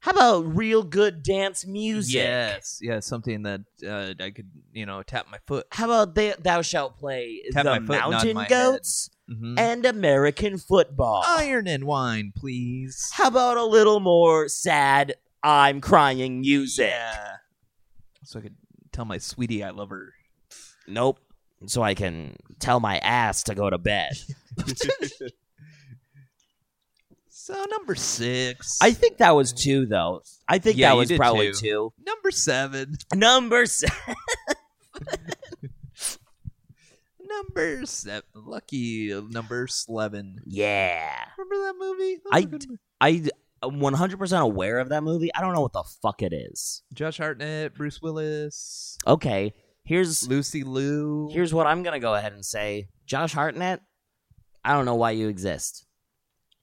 [SPEAKER 2] How about real good dance music?
[SPEAKER 1] Yes. Yeah, something that uh, I could, you know, tap my foot.
[SPEAKER 2] How about th- thou shalt play
[SPEAKER 1] Tap
[SPEAKER 2] the
[SPEAKER 1] my foot, nod
[SPEAKER 2] Mountain
[SPEAKER 1] my head. Oh,
[SPEAKER 2] Goats
[SPEAKER 1] Mhm.
[SPEAKER 2] and American football?
[SPEAKER 1] Iron and wine, please.
[SPEAKER 2] How about a little more sad I'm crying music?
[SPEAKER 1] Yeah. So I could tell my sweetie I love her.
[SPEAKER 2] Nope. So I can tell my ass to go to bed.
[SPEAKER 1] so number six.
[SPEAKER 2] I think that was two though. I think
[SPEAKER 1] Yeah,
[SPEAKER 2] that
[SPEAKER 1] you
[SPEAKER 2] was
[SPEAKER 1] did
[SPEAKER 2] probably
[SPEAKER 1] two.
[SPEAKER 2] two.
[SPEAKER 1] number seven.
[SPEAKER 2] Number seven.
[SPEAKER 1] Number seven. Lucky number eleven.
[SPEAKER 2] Yeah.
[SPEAKER 1] Remember that movie? That was
[SPEAKER 2] I
[SPEAKER 1] a good
[SPEAKER 2] d-
[SPEAKER 1] movie.
[SPEAKER 2] I am 100% aware of that movie. I don't know what the fuck it is.
[SPEAKER 1] Josh Hartnett, Bruce Willis,
[SPEAKER 2] Okay. Here's
[SPEAKER 1] Lucy Liu.
[SPEAKER 2] here's what I'm going to go ahead and say. Josh Hartnett, I don't know why you exist.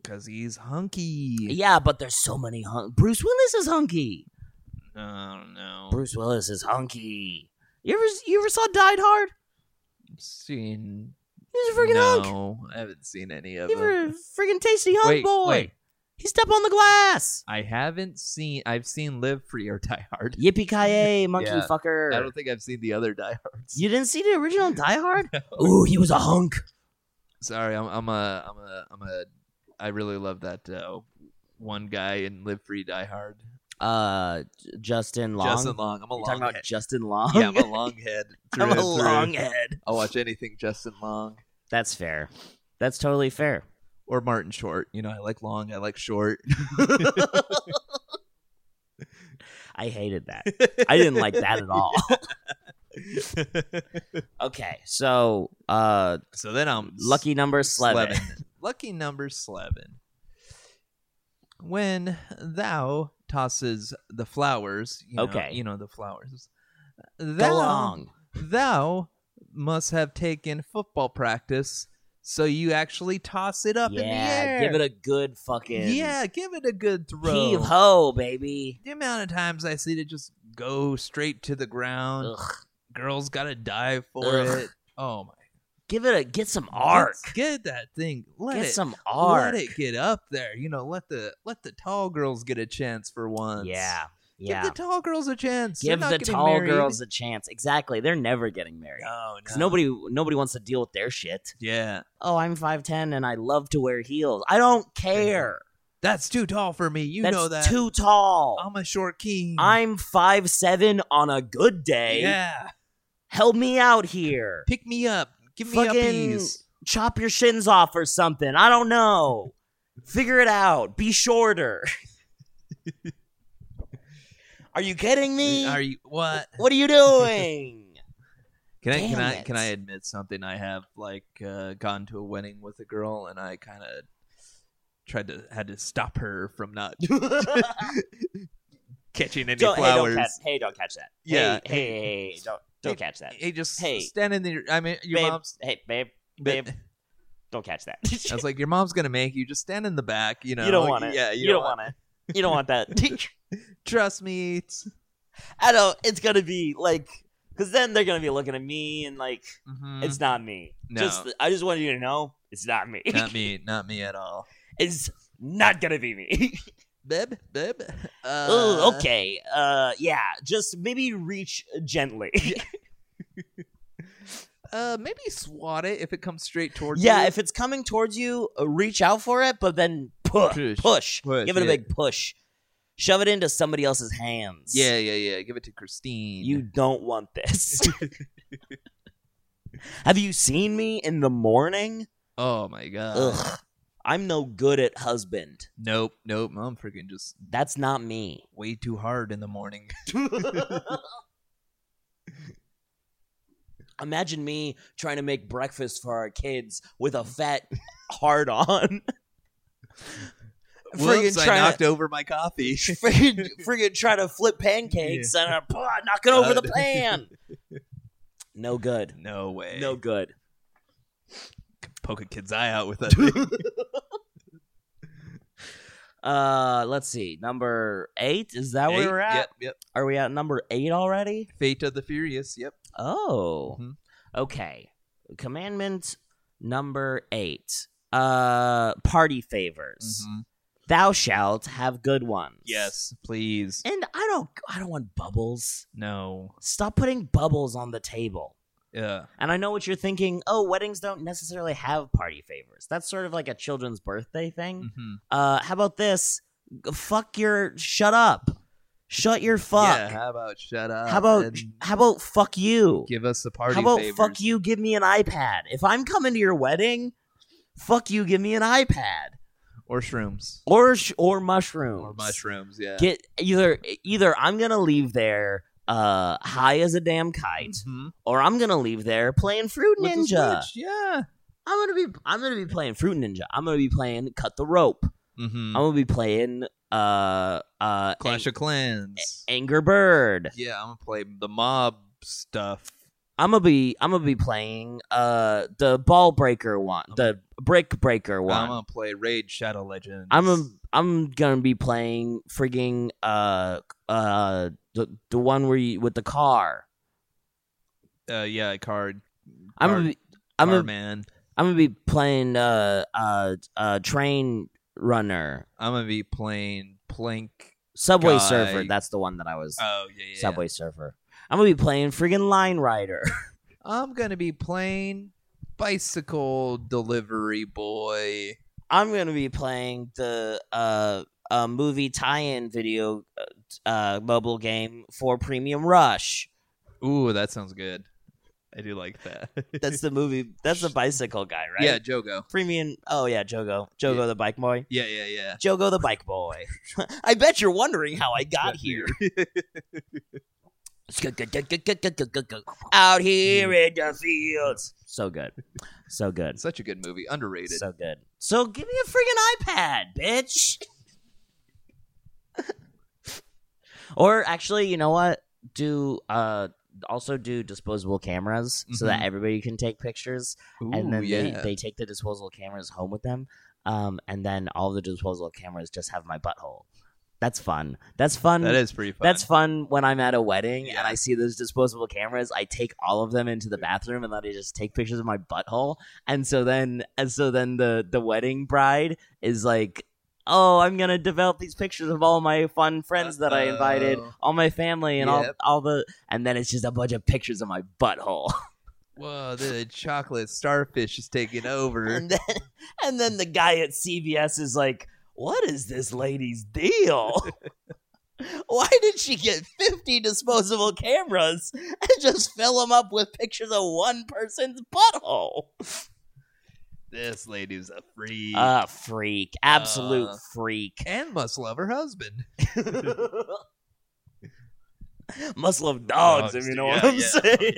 [SPEAKER 1] because he's hunky.
[SPEAKER 2] Yeah, but there's so many hun- Bruce Willis is hunky.
[SPEAKER 1] Oh no.
[SPEAKER 2] Bruce Willis is hunky. You ever you ever saw Died Hard?
[SPEAKER 1] Seen.
[SPEAKER 2] He's a freaking hunk.
[SPEAKER 1] no, I haven't seen any of
[SPEAKER 2] He's a
[SPEAKER 1] them.
[SPEAKER 2] freaking tasty hunk
[SPEAKER 1] Wait,
[SPEAKER 2] boy.
[SPEAKER 1] wait.
[SPEAKER 2] He stepped on the glass.
[SPEAKER 1] I haven't seen. I've seen Live Free or Die Hard.
[SPEAKER 2] Yippee ki monkey
[SPEAKER 1] Yeah, I
[SPEAKER 2] fucker.
[SPEAKER 1] don't think I've seen the other Die Hards.
[SPEAKER 2] You didn't see the original Die Hard? Ooh, he was a hunk.
[SPEAKER 1] Sorry, I'm, I'm a, I'm a, I'm a. I really love that uh, one guy in Live Free Die Hard.
[SPEAKER 2] Uh, J- Justin Long.
[SPEAKER 1] Justin Long. I'm a
[SPEAKER 2] You're
[SPEAKER 1] long.
[SPEAKER 2] talking about
[SPEAKER 1] head.
[SPEAKER 2] Justin Long?
[SPEAKER 1] yeah, I'm a long head. through
[SPEAKER 2] I'm
[SPEAKER 1] and
[SPEAKER 2] a
[SPEAKER 1] through.
[SPEAKER 2] long head.
[SPEAKER 1] I'll watch anything Justin Long
[SPEAKER 2] That's fair. That's totally fair.
[SPEAKER 1] or Martin Short. You know, I like long. I like short.
[SPEAKER 2] I hated that. I didn't like that at all. Okay, so uh,
[SPEAKER 1] so then um, I'm s-
[SPEAKER 2] lucky number eleven.
[SPEAKER 1] Lucky number eleven. When thou tosses the flowers, you know,
[SPEAKER 2] Okay.
[SPEAKER 1] you know the flowers.
[SPEAKER 2] Go
[SPEAKER 1] Thou,
[SPEAKER 2] long.
[SPEAKER 1] thou must have taken football practice, so you actually toss it up in the
[SPEAKER 2] Yeah,
[SPEAKER 1] air.
[SPEAKER 2] give it a good fucking
[SPEAKER 1] yeah, give it a good throw.
[SPEAKER 2] heave ho, baby.
[SPEAKER 1] the amount of times I see it just go straight to the ground.
[SPEAKER 2] Ugh.
[SPEAKER 1] Girls gotta dive for
[SPEAKER 2] Ugh.
[SPEAKER 1] it. Oh my!
[SPEAKER 2] Give it a get some arc.
[SPEAKER 1] Let's Get that thing. Let
[SPEAKER 2] Get
[SPEAKER 1] it.
[SPEAKER 2] some arc.
[SPEAKER 1] Let it get up there. You know, let the let the tall girls get a chance for once.
[SPEAKER 2] yeah, yeah.
[SPEAKER 1] Give the tall girls a chance. They're
[SPEAKER 2] Give
[SPEAKER 1] not
[SPEAKER 2] the
[SPEAKER 1] getting
[SPEAKER 2] tall
[SPEAKER 1] married.
[SPEAKER 2] girls a chance. Exactly. They're never getting married.
[SPEAKER 1] No,
[SPEAKER 2] Because
[SPEAKER 1] no.
[SPEAKER 2] nobody nobody wants to deal with their shit.
[SPEAKER 1] Yeah,
[SPEAKER 2] Oh, I'm five ten and I love to wear heels. I don't care.
[SPEAKER 1] that's too tall for me. You
[SPEAKER 2] That's
[SPEAKER 1] know that. Um,
[SPEAKER 2] too tall.
[SPEAKER 1] I'm a short king.
[SPEAKER 2] I'm five seven on a good day.
[SPEAKER 1] Yeah.
[SPEAKER 2] Help me out here.
[SPEAKER 1] Pick me up. Give me
[SPEAKER 2] Fucking-
[SPEAKER 1] uppies.
[SPEAKER 2] Chop your shins off or something. I don't know. Figure it out. Be shorter. Are you kidding me?
[SPEAKER 1] Are you what?
[SPEAKER 2] what are you doing?
[SPEAKER 1] Can I can
[SPEAKER 2] Damn
[SPEAKER 1] I
[SPEAKER 2] it.
[SPEAKER 1] can I admit something? I have like uh, gone to a wedding with a girl, and I kind of tried to had to stop her from not catching any
[SPEAKER 2] don't, hey,
[SPEAKER 1] flowers.
[SPEAKER 2] don't catch, hey, don't catch that.
[SPEAKER 1] Yeah,
[SPEAKER 2] Hey, hey, hey, hey, don't, don't catch that.
[SPEAKER 1] Hey, just
[SPEAKER 2] Hey.
[SPEAKER 1] stand in there. I mean, your
[SPEAKER 2] babe,
[SPEAKER 1] mom's.
[SPEAKER 2] hey, babe,
[SPEAKER 1] Babe.
[SPEAKER 2] babe, don't catch that.
[SPEAKER 1] I was like, your mom's gonna make you. Just stand in the back. You know.
[SPEAKER 2] you don't want it.
[SPEAKER 1] Yeah.
[SPEAKER 2] you, don't want it. You don't want that.
[SPEAKER 1] Trust me. It's,
[SPEAKER 2] I know it's gonna be like, because then they're gonna be looking at me and like,
[SPEAKER 1] mhm.
[SPEAKER 2] it's not me.
[SPEAKER 1] No.
[SPEAKER 2] Just I just wanted you to know it's not me.
[SPEAKER 1] not me. Not me at all.
[SPEAKER 2] it's not gonna be me.
[SPEAKER 1] Babe. Babe. Uh,
[SPEAKER 2] Ooh, okay. Uh, yeah. Just maybe reach gently.
[SPEAKER 1] Uh, maybe swat it if it comes straight towards you.
[SPEAKER 2] yeah. If it's coming towards you, uh, reach out for it, but then push,
[SPEAKER 1] Push.
[SPEAKER 2] push,
[SPEAKER 1] Push,
[SPEAKER 2] give it a
[SPEAKER 1] yeah.
[SPEAKER 2] big push. Shove it into somebody else's hands.
[SPEAKER 1] Yeah, yeah, yeah. Give it to Christine.
[SPEAKER 2] You don't want this. Have you seen me in the morning?
[SPEAKER 1] Oh my god.
[SPEAKER 2] Ugh. I'm no good at husband.
[SPEAKER 1] Nope, nope. I'm freaking just
[SPEAKER 2] That's not me.
[SPEAKER 1] way too hard in the morning.
[SPEAKER 2] Imagine me trying to make breakfast for our kids with a fat hard on.
[SPEAKER 1] Whoops, I
[SPEAKER 2] tryna-
[SPEAKER 1] knocked over my coffee.
[SPEAKER 2] friggin', friggin' try to flip pancakes and I'm pah, knocking over the
[SPEAKER 1] Uh,
[SPEAKER 2] pan. No good.
[SPEAKER 1] no way.
[SPEAKER 2] No good.
[SPEAKER 1] poke a kid's eye out with that thing.
[SPEAKER 2] Uh, let's see. Number eight. Is that
[SPEAKER 1] Eight?
[SPEAKER 2] where we're at?
[SPEAKER 1] Yep, yep.
[SPEAKER 2] Are we at number eight already?
[SPEAKER 1] Fate of the Furious. Yep.
[SPEAKER 2] Oh.
[SPEAKER 1] Mhm.
[SPEAKER 2] Okay. Commandment number eight. Uh, party favors.
[SPEAKER 1] Mhm.
[SPEAKER 2] Thou shalt have good ones.
[SPEAKER 1] Yes, please.
[SPEAKER 2] And I don't. I don't want bubbles.
[SPEAKER 1] No.
[SPEAKER 2] Stop putting bubbles on the table.
[SPEAKER 1] Yeah.
[SPEAKER 2] And I know what you're thinking. Oh, weddings don't necessarily have party favors. That's sort of like a children's birthday thing.
[SPEAKER 1] Mhm.
[SPEAKER 2] Uh, how about this? G- Fuck your. Shut up. Shut your fuck.
[SPEAKER 1] Yeah, how about shut up?
[SPEAKER 2] how about?
[SPEAKER 1] and
[SPEAKER 2] How about fuck you?
[SPEAKER 1] give us the party?
[SPEAKER 2] How about
[SPEAKER 1] favors?
[SPEAKER 2] fuck you? Give me an iPad. If I'm coming to your wedding, fuck you. Give me an iPad
[SPEAKER 1] Or shrooms.
[SPEAKER 2] or sh- or mushrooms.
[SPEAKER 1] Or mushrooms. Yeah.
[SPEAKER 2] Get either either I'm gonna leave there uh high as a damn kite,
[SPEAKER 1] Mhm.
[SPEAKER 2] or I'm gonna leave there playing Fruit
[SPEAKER 1] With the
[SPEAKER 2] Ninja.
[SPEAKER 1] switch, Yeah.
[SPEAKER 2] I'm gonna be I'm gonna be playing Fruit Ninja. I'm gonna be playing Cut the Rope.
[SPEAKER 1] Mm-hmm.
[SPEAKER 2] I'm gonna be playing uh uh
[SPEAKER 1] Clash
[SPEAKER 2] Ang-
[SPEAKER 1] of Clans.
[SPEAKER 2] Anger Bird.
[SPEAKER 1] yeah, I'm gonna play the mob stuff.
[SPEAKER 2] I'm gonna be I'm gonna be playing uh the Ball Breaker one, the Brick Breaker
[SPEAKER 1] I'm
[SPEAKER 2] one.
[SPEAKER 1] gonna play Raid Shadow Legends.
[SPEAKER 2] I'm a, I'm gonna be playing frigging uh uh the the one where you with the car.
[SPEAKER 1] a uh, yeah card.
[SPEAKER 2] I'm
[SPEAKER 1] Car-
[SPEAKER 2] gonna be, I'm
[SPEAKER 1] car
[SPEAKER 2] gonna,
[SPEAKER 1] man.
[SPEAKER 2] I'm gonna be playing uh uh uh train runner
[SPEAKER 1] I'm gonna be playing Plink.
[SPEAKER 2] subway
[SPEAKER 1] Guy.
[SPEAKER 2] surfer. That's the one that I was
[SPEAKER 1] Oh yeah, yeah.
[SPEAKER 2] Subway Surfer. I'm gonna be playing friggin' Line Rider.
[SPEAKER 1] I'm gonna be playing bicycle delivery boy.
[SPEAKER 2] I'm gonna be playing the uh, uh movie tie-in video uh, uh mobile game for Premium Rush.
[SPEAKER 1] Ooh, that sounds good. I do like that.
[SPEAKER 2] That's the movie. That's the bicycle guy, right?
[SPEAKER 1] yeah, Jogo.
[SPEAKER 2] Premium. Oh yeah, Jogo. Jogo
[SPEAKER 1] Yeah.
[SPEAKER 2] the bike boy.
[SPEAKER 1] Yeah, yeah, yeah.
[SPEAKER 2] Jogo the bike boy. I bet you're wondering how I got here. Out here in the fields. So good. So good.
[SPEAKER 1] Such a good movie. Underrated.
[SPEAKER 2] So good. So give me a friggin' iPad, bitch. or actually, you know what? Do uh also do disposable cameras so that
[SPEAKER 1] Mhm.
[SPEAKER 2] everybody can take pictures
[SPEAKER 1] Ooh,
[SPEAKER 2] and then
[SPEAKER 1] yeah.
[SPEAKER 2] they, they take the disposable cameras home with them. Um and then all the disposable cameras just have my butthole. That's fun. That's fun.
[SPEAKER 1] that is pretty fun.
[SPEAKER 2] That's fun when I'm at a wedding and
[SPEAKER 1] Yeah.
[SPEAKER 2] I see those disposable cameras. I take all of them into the bathroom and then I just take pictures of my butthole. And so then, and so then the the wedding bride is like, "Oh, I'm gonna develop these pictures of all my fun friends that I invited,
[SPEAKER 1] Uh-oh.
[SPEAKER 2] all my family, and
[SPEAKER 1] Yep.
[SPEAKER 2] all all the." And then it's just a bunch of pictures of my butthole.
[SPEAKER 1] Whoa, the chocolate starfish is taking over.
[SPEAKER 2] and then, and then the guy at CVS is like, "What is this lady's deal? Why did she get 50 disposable cameras and just fill them up with pictures of one person's butthole?"
[SPEAKER 1] this lady's a freak.
[SPEAKER 2] Ah, freak, absolute
[SPEAKER 1] Uh.
[SPEAKER 2] freak.
[SPEAKER 1] and must love her husband.
[SPEAKER 2] Must love dogs,
[SPEAKER 1] Dogs,
[SPEAKER 2] if you know
[SPEAKER 1] yeah,
[SPEAKER 2] what I'm
[SPEAKER 1] yeah.
[SPEAKER 2] saying.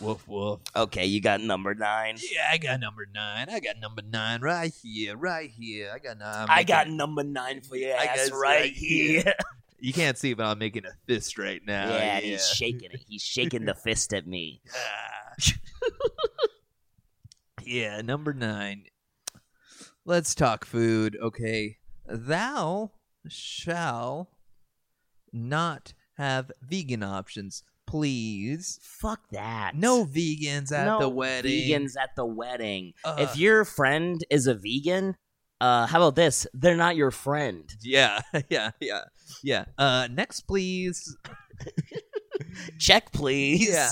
[SPEAKER 1] Woof woof.
[SPEAKER 2] okay, you got number nine.
[SPEAKER 1] Yeah, I got number nine. I got number nine right here, right here. I got nine.
[SPEAKER 2] I got number nine for your
[SPEAKER 1] I
[SPEAKER 2] ass
[SPEAKER 1] guess
[SPEAKER 2] right,
[SPEAKER 1] right
[SPEAKER 2] here.
[SPEAKER 1] here. You can't see, but I'm making a fist right now.
[SPEAKER 2] yeah,
[SPEAKER 1] Yeah,
[SPEAKER 2] and he's shaking it. He's shaking the fist at me.
[SPEAKER 1] Ah. yeah, number nine. Let's talk food, okay? Thou shall not have vegan options, please.
[SPEAKER 2] Fuck that.
[SPEAKER 1] No vegans at
[SPEAKER 2] No
[SPEAKER 1] the wedding.
[SPEAKER 2] Vegans at the wedding.
[SPEAKER 1] Ugh.
[SPEAKER 2] if your friend is a vegan, uh, how about this? They're not your friend.
[SPEAKER 1] Yeah, yeah, yeah, yeah. Uh, next, please.
[SPEAKER 2] Check, please.
[SPEAKER 1] Yeah.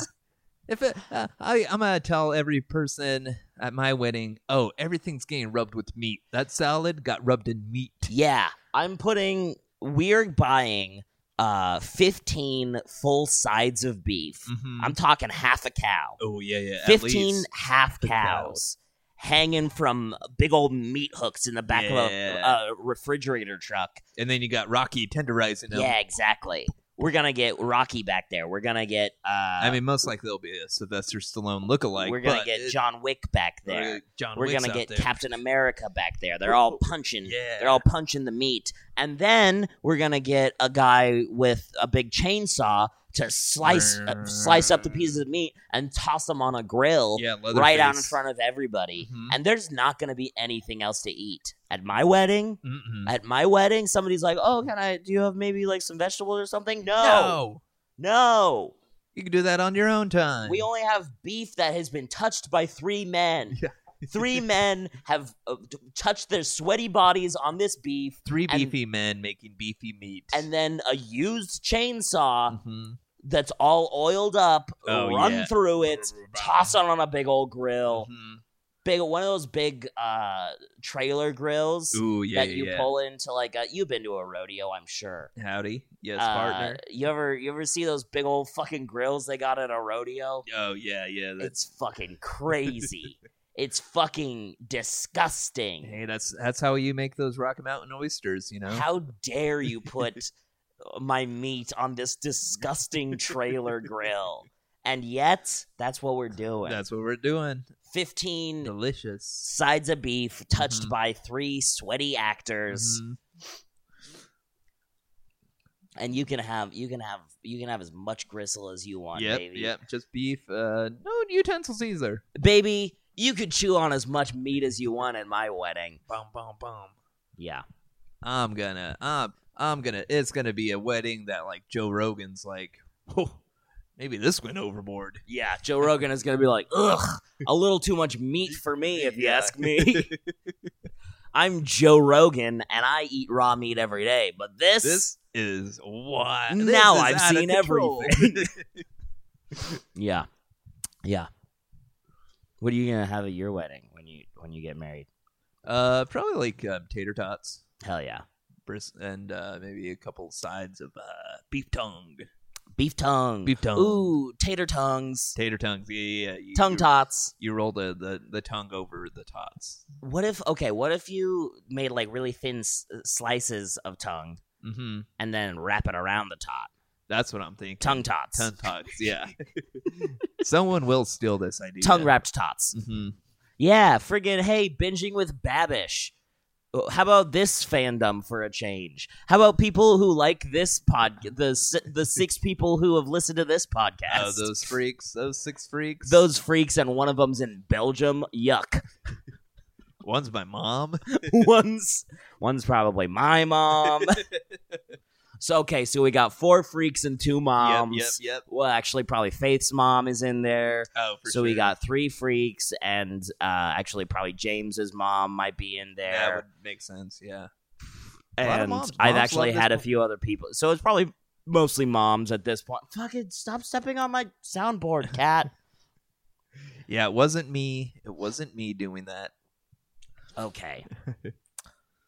[SPEAKER 1] If it, uh, I, I'm gonna tell every person at my wedding, oh, everything's getting rubbed with meat. That salad got rubbed in meat.
[SPEAKER 2] Yeah. I'm putting. We're buying uh 15 full sides of beef.
[SPEAKER 1] Mm-hmm.
[SPEAKER 2] I'm talking half a cow.
[SPEAKER 1] oh yeah, yeah. at
[SPEAKER 2] 15
[SPEAKER 1] least.
[SPEAKER 2] half
[SPEAKER 1] The cows.
[SPEAKER 2] cows hanging from big old meat hooks in the back of a,
[SPEAKER 1] Yeah.
[SPEAKER 2] a refrigerator truck.
[SPEAKER 1] and then you got Rocky tenderizing them.
[SPEAKER 2] Yeah, exactly. we're gonna get Rocky back there. We're gonna get. Uh,
[SPEAKER 1] I mean, most likely there'll be a Sylvester Stallone lookalike.
[SPEAKER 2] we're gonna
[SPEAKER 1] but
[SPEAKER 2] get
[SPEAKER 1] it-
[SPEAKER 2] John Wick back
[SPEAKER 1] we're
[SPEAKER 2] there.
[SPEAKER 1] gonna get John
[SPEAKER 2] We're
[SPEAKER 1] Wick's
[SPEAKER 2] gonna
[SPEAKER 1] out
[SPEAKER 2] get
[SPEAKER 1] there.
[SPEAKER 2] Captain America back there. They're all punching.
[SPEAKER 1] Yeah.
[SPEAKER 2] They're all punching the meat, and then we're gonna get a guy with a big chainsaw to slice uh, slice up the pieces of meat and toss them on a grill
[SPEAKER 1] yeah, Leatherface.
[SPEAKER 2] right out in front of everybody.
[SPEAKER 1] Mhm.
[SPEAKER 2] And there's not gonna be anything else to eat at my wedding.
[SPEAKER 1] Mm-mm.
[SPEAKER 2] At my wedding, somebody's like, "Oh, can I? Do you have maybe like some vegetables or something?" No,
[SPEAKER 1] No,
[SPEAKER 2] no.
[SPEAKER 1] you can do that on your own time.
[SPEAKER 2] We only have beef that has been touched by three men.
[SPEAKER 1] Yeah.
[SPEAKER 2] three men have uh, t- touched their sweaty bodies on this beef,
[SPEAKER 1] three
[SPEAKER 2] and-
[SPEAKER 1] beefy men making beefy meat.
[SPEAKER 2] and then uh, a used chainsaw
[SPEAKER 1] Mhm.
[SPEAKER 2] that's all oiled up,
[SPEAKER 1] Oh,
[SPEAKER 2] run
[SPEAKER 1] yeah.
[SPEAKER 2] through it, toss it on a big old grill,
[SPEAKER 1] Mhm.
[SPEAKER 2] big one of those big uh, trailer grills
[SPEAKER 1] Ooh, yeah,
[SPEAKER 2] that
[SPEAKER 1] yeah,
[SPEAKER 2] you
[SPEAKER 1] yeah.
[SPEAKER 2] pull into like a, you've been to a rodeo, I'm sure.
[SPEAKER 1] Howdy, yes,
[SPEAKER 2] Uh,
[SPEAKER 1] partner.
[SPEAKER 2] You ever you ever see those big old fucking grills they got at a rodeo?
[SPEAKER 1] Oh yeah, yeah. That's
[SPEAKER 2] It's fucking crazy. it's fucking disgusting.
[SPEAKER 1] hey, that's that's how you make those Rocky Mountain oysters, you know.
[SPEAKER 2] How dare you put my meat on this disgusting trailer grill? And yet, that's what we're doing.
[SPEAKER 1] that's what we're doing.
[SPEAKER 2] 15
[SPEAKER 1] Delicious.
[SPEAKER 2] sides of beef touched
[SPEAKER 1] Mhm.
[SPEAKER 2] by three sweaty actors
[SPEAKER 1] Mhm.
[SPEAKER 2] and you can have you can have you can have as much gristle as you want
[SPEAKER 1] Yep,
[SPEAKER 2] baby
[SPEAKER 1] yep. Just beef. Uh, no utensils either.
[SPEAKER 2] baby you could chew on as much meat as you want at my wedding
[SPEAKER 1] Boom, boom, boom.
[SPEAKER 2] yeah
[SPEAKER 1] I'm gonna, um, I'm gonna. It's gonna be a wedding that like Joe Rogan's like, oh, maybe this went overboard.
[SPEAKER 2] Yeah, Joe Rogan is going to be like, ugh, a little too much meat for me, if you
[SPEAKER 1] Yeah.
[SPEAKER 2] ask me. I'm Joe Rogan, and I eat raw meat every day, but this, uh,
[SPEAKER 1] This is why.
[SPEAKER 2] Now I've seen everything. yeah, yeah. What are you going to have at your wedding when you when you get married?
[SPEAKER 1] uh, probably like um, tater tots,
[SPEAKER 2] Hell yeah,
[SPEAKER 1] bris- and uh, maybe a couple sides of uh, beef tongue,
[SPEAKER 2] beef tongue,
[SPEAKER 1] Beef tongue.
[SPEAKER 2] ooe, tater tongues,
[SPEAKER 1] tater tongues. Yeah, yeah. yeah. You,
[SPEAKER 2] tongue
[SPEAKER 1] you-
[SPEAKER 2] tots.
[SPEAKER 1] You roll the, the the tongue over the tots.
[SPEAKER 2] What if okay? What if you made like really thin s- slices of tongue
[SPEAKER 1] Mm-hmm.
[SPEAKER 2] and then wrap it around the tot?
[SPEAKER 1] That's what I'm thinking.
[SPEAKER 2] Tongue tots,
[SPEAKER 1] Tongue tots. Yeah. Someone will steal this idea.
[SPEAKER 2] tongue wrapped tots.
[SPEAKER 1] Mm-hmm.
[SPEAKER 2] Yeah, friggin' hey, binging with Babish. Uh, How about this fandom for a change? How about people who like this pod, the s- the six people who have listened to this podcast?
[SPEAKER 1] Oh, those freaks. Those six freaks.
[SPEAKER 2] Those freaks, and one of them's in Belgium. Yuck.
[SPEAKER 1] One's my mom.
[SPEAKER 2] one's one's probably my mom. so okay, so we got four freaks and two moms.
[SPEAKER 1] Yep, yep, yep.
[SPEAKER 2] Well, actually, probably Faith's mom is in there.
[SPEAKER 1] Oh, for
[SPEAKER 2] so
[SPEAKER 1] sure.
[SPEAKER 2] we got three freaks, and uh, actually, probably James's mom might be in there.
[SPEAKER 1] That would make sense. Yeah. A lot of
[SPEAKER 2] and
[SPEAKER 1] moms-
[SPEAKER 2] I've
[SPEAKER 1] moms
[SPEAKER 2] actually
[SPEAKER 1] love this
[SPEAKER 2] had a
[SPEAKER 1] book.
[SPEAKER 2] few other people. So it's probably mostly moms at this point. Fucking stop stepping on my soundboard, cat.
[SPEAKER 1] Yeah. It wasn't me. It wasn't me doing that.
[SPEAKER 2] okay.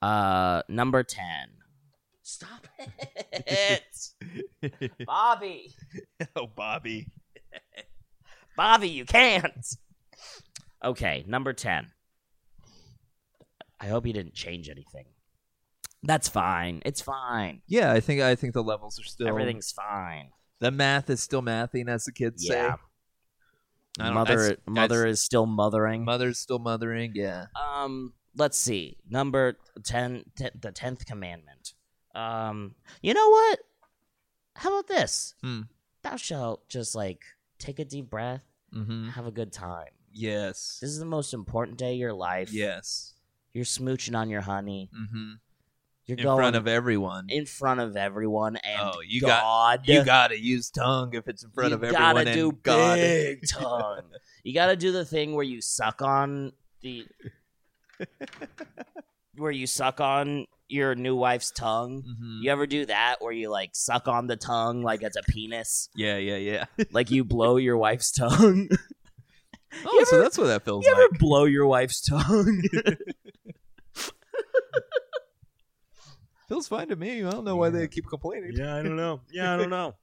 [SPEAKER 2] Uh, number ten. Stop it, Bobby.
[SPEAKER 1] oh, Bobby.
[SPEAKER 2] Bobby, you can't. Okay, number 10. I hope you didn't change anything. That's fine. It's fine.
[SPEAKER 1] Yeah, I think I think the levels are still
[SPEAKER 2] Everything's fine.
[SPEAKER 1] The math is still mathing, as the kids
[SPEAKER 2] Yeah.
[SPEAKER 1] say. I don't- I
[SPEAKER 2] mother
[SPEAKER 1] s- I
[SPEAKER 2] mother
[SPEAKER 1] s-
[SPEAKER 2] is still mothering.
[SPEAKER 1] mother's still mothering. Yeah.
[SPEAKER 2] um let's see number 10 te- the 10th commandment um you know what how about this
[SPEAKER 1] Hmm.
[SPEAKER 2] thou shalt just like take a deep breath
[SPEAKER 1] Mm-hmm.
[SPEAKER 2] have a good time
[SPEAKER 1] Yes.
[SPEAKER 2] this is the most important day of your life
[SPEAKER 1] Yes.
[SPEAKER 2] you're smooching on your honey
[SPEAKER 1] Mm-hmm.
[SPEAKER 2] you're
[SPEAKER 1] In
[SPEAKER 2] going
[SPEAKER 1] front of everyone.
[SPEAKER 2] in front of everyone and
[SPEAKER 1] Oh, you got-
[SPEAKER 2] god
[SPEAKER 1] You gotta use tongue if it's in front
[SPEAKER 2] You
[SPEAKER 1] of everyone.
[SPEAKER 2] gotta
[SPEAKER 1] and
[SPEAKER 2] do
[SPEAKER 1] God.
[SPEAKER 2] big tongue you gotta do the thing where you suck on the where you suck on your new wife's tongue
[SPEAKER 1] Mhm.
[SPEAKER 2] You ever do that where you like suck on the tongue like it's a penis?
[SPEAKER 1] Yeah, yeah, yeah.
[SPEAKER 2] Like you blow your wife's tongue?
[SPEAKER 1] Oh,
[SPEAKER 2] You
[SPEAKER 1] so
[SPEAKER 2] ever-
[SPEAKER 1] that's what that feels
[SPEAKER 2] you ever
[SPEAKER 1] like.
[SPEAKER 2] blow your wife's tongue?
[SPEAKER 1] Feels fine to me. I don't know why
[SPEAKER 2] Yeah.
[SPEAKER 1] they keep complaining.
[SPEAKER 2] I don't know. Yeah, I don't know.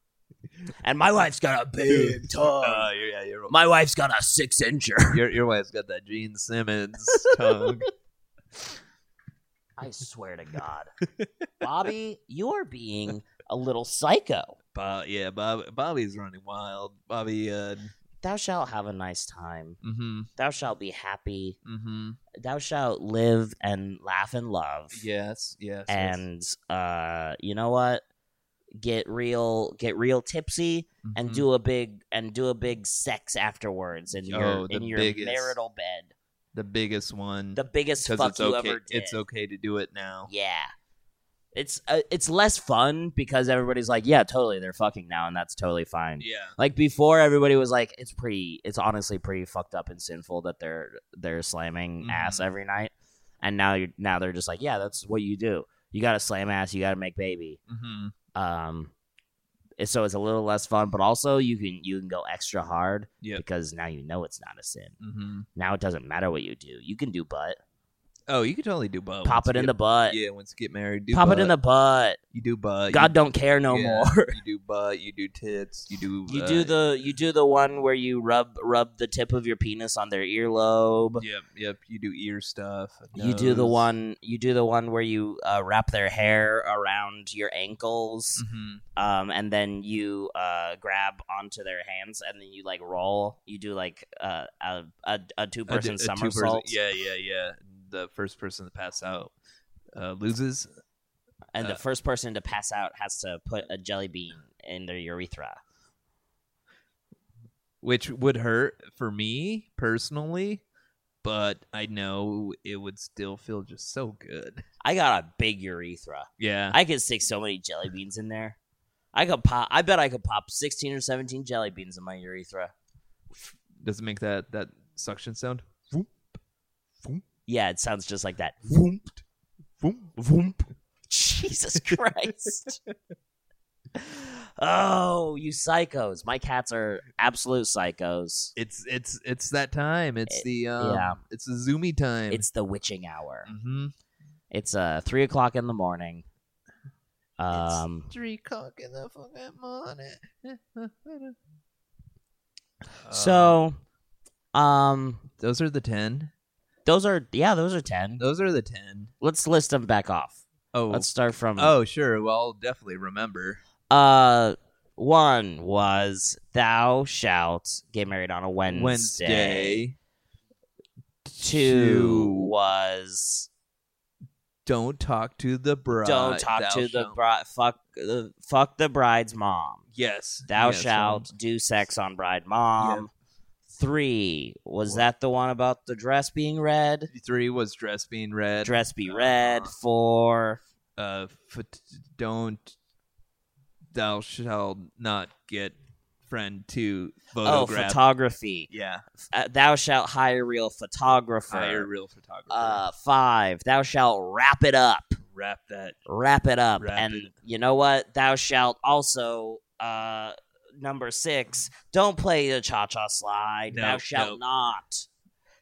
[SPEAKER 2] And my wife's got a big
[SPEAKER 1] Uh,
[SPEAKER 2] tongue.
[SPEAKER 1] yeah, you're,
[SPEAKER 2] My wife's got a six incher.
[SPEAKER 1] your your wife's got that Gene Simmons tongue.
[SPEAKER 2] I swear to God. Bobby, you are being a little psycho.
[SPEAKER 1] Bob, yeah, Bob, Bobby's running wild. Bobby, uh,
[SPEAKER 2] Thou shalt have a nice time.
[SPEAKER 1] mm-hmm,
[SPEAKER 2] Thou shalt be happy.
[SPEAKER 1] mm-hmm.
[SPEAKER 2] Thou shalt live and laugh and love.
[SPEAKER 1] Yes, yes. yes.
[SPEAKER 2] And uh, you know what? Get real, get real tipsy, and
[SPEAKER 1] Mhm.
[SPEAKER 2] do a big and do a big sex afterwards in your
[SPEAKER 1] Oh, the
[SPEAKER 2] in your
[SPEAKER 1] biggest.
[SPEAKER 2] marital bed.
[SPEAKER 1] the biggest one
[SPEAKER 2] The biggest fuck
[SPEAKER 1] it's
[SPEAKER 2] you
[SPEAKER 1] okay.
[SPEAKER 2] ever did.
[SPEAKER 1] It's okay to do it now.
[SPEAKER 2] Yeah. It's uh, it's less fun because everybody's like, yeah, totally, they're fucking now, and that's totally fine.
[SPEAKER 1] Yeah.
[SPEAKER 2] Like before, everybody was like, it's pretty, it's honestly pretty fucked up and sinful that they're they're slamming
[SPEAKER 1] Mhm.
[SPEAKER 2] ass every night, and now you're now they're just like, yeah, that's what you do. You gotta slam ass, you gotta make baby.
[SPEAKER 1] Mm-hmm.
[SPEAKER 2] Um, and so it's a little less fun, but also you can you can go extra hard
[SPEAKER 1] Yep.
[SPEAKER 2] because now you know it's not a sin.
[SPEAKER 1] Mm-hmm.
[SPEAKER 2] Now it doesn't matter what you do. You can do butt,
[SPEAKER 1] Oh, you could totally do butt.
[SPEAKER 2] pop
[SPEAKER 1] once
[SPEAKER 2] it
[SPEAKER 1] you
[SPEAKER 2] in the
[SPEAKER 1] get-
[SPEAKER 2] butt,
[SPEAKER 1] Yeah, once you get married, do
[SPEAKER 2] Uh, pop
[SPEAKER 1] butt.
[SPEAKER 2] it in the butt.
[SPEAKER 1] You do butt.
[SPEAKER 2] God don't care
[SPEAKER 1] you,
[SPEAKER 2] no
[SPEAKER 1] yeah,
[SPEAKER 2] more.
[SPEAKER 1] you do butt. You do tits. You do.
[SPEAKER 2] You
[SPEAKER 1] uh,
[SPEAKER 2] do the you do the one where you rub rub the tip of your penis on their earlobe.
[SPEAKER 1] Yep, yep. You do ear stuff.
[SPEAKER 2] You do the
[SPEAKER 1] nose.
[SPEAKER 2] one you do the one where you uh, wrap their hair around your ankles,
[SPEAKER 1] Mhm.
[SPEAKER 2] um, and then you uh, grab onto their hands, and then you like roll. You do like uh, a a, a two
[SPEAKER 1] A d-
[SPEAKER 2] person
[SPEAKER 1] a two-person-
[SPEAKER 2] somersault,
[SPEAKER 1] Yeah, yeah, yeah. The first person to pass out uh, loses.
[SPEAKER 2] and the
[SPEAKER 1] uh,
[SPEAKER 2] first person to pass out has to put a jelly bean in their urethra.
[SPEAKER 1] which would hurt for me personally, but I know it would still feel just so good.
[SPEAKER 2] I got a big urethra.
[SPEAKER 1] Yeah.
[SPEAKER 2] I could stick so many jelly beans in there. I could pop. I bet I could pop sixteen or seventeen jelly beans in my urethra.
[SPEAKER 1] Does it make that that suction sound?
[SPEAKER 2] Yeah, it sounds just like that.
[SPEAKER 1] Voomp. Voomp. Voomp.
[SPEAKER 2] Jesus Christ! oh, you psychos! My cats are absolute psychos.
[SPEAKER 1] It's it's it's that time. It's
[SPEAKER 2] It-
[SPEAKER 1] the um,
[SPEAKER 2] yeah.
[SPEAKER 1] it's the zoomy time.
[SPEAKER 2] It's the witching hour.
[SPEAKER 1] mm-hmm.
[SPEAKER 2] It's uh three o'clock in the morning. Um,
[SPEAKER 1] three o'clock in the fucking morning. Uh,
[SPEAKER 2] so, um,
[SPEAKER 1] those are the ten.
[SPEAKER 2] those are yeah, those are ten.
[SPEAKER 1] Those are the ten.
[SPEAKER 2] Let's list them back off.
[SPEAKER 1] Oh,
[SPEAKER 2] Let's start from
[SPEAKER 1] oh, sure. Well, I'll definitely remember.
[SPEAKER 2] Uh, one was thou shalt get married on a Wednesday.
[SPEAKER 1] Wednesday.
[SPEAKER 2] Two was
[SPEAKER 1] Don't talk to the bride.
[SPEAKER 2] don't talk
[SPEAKER 1] Thou
[SPEAKER 2] to the
[SPEAKER 1] shalt-
[SPEAKER 2] bride. Fuck the fuck the bride's mom.
[SPEAKER 1] Yes.
[SPEAKER 2] Thou
[SPEAKER 1] yes, um,
[SPEAKER 2] shalt do sex on bride mom. Three was
[SPEAKER 1] Four.
[SPEAKER 2] that the one about the dress being red?
[SPEAKER 1] um, Three was dress being red.
[SPEAKER 2] Dress be
[SPEAKER 1] Uh,
[SPEAKER 2] red. Four.
[SPEAKER 1] uh, f- don't. Thou shalt not get friend to
[SPEAKER 2] Oh,
[SPEAKER 1] photograph.
[SPEAKER 2] photography.
[SPEAKER 1] yeah.
[SPEAKER 2] Uh, thou shalt hire real photographer.
[SPEAKER 1] Hire real photographer.
[SPEAKER 2] uh, five. Thou shalt wrap it up.
[SPEAKER 1] Wrap that.
[SPEAKER 2] wrap it up
[SPEAKER 1] Wrap
[SPEAKER 2] and
[SPEAKER 1] it.
[SPEAKER 2] you know what thou shalt also uh number six don't play the cha-cha slide
[SPEAKER 1] No,
[SPEAKER 2] thou shalt
[SPEAKER 1] no.
[SPEAKER 2] not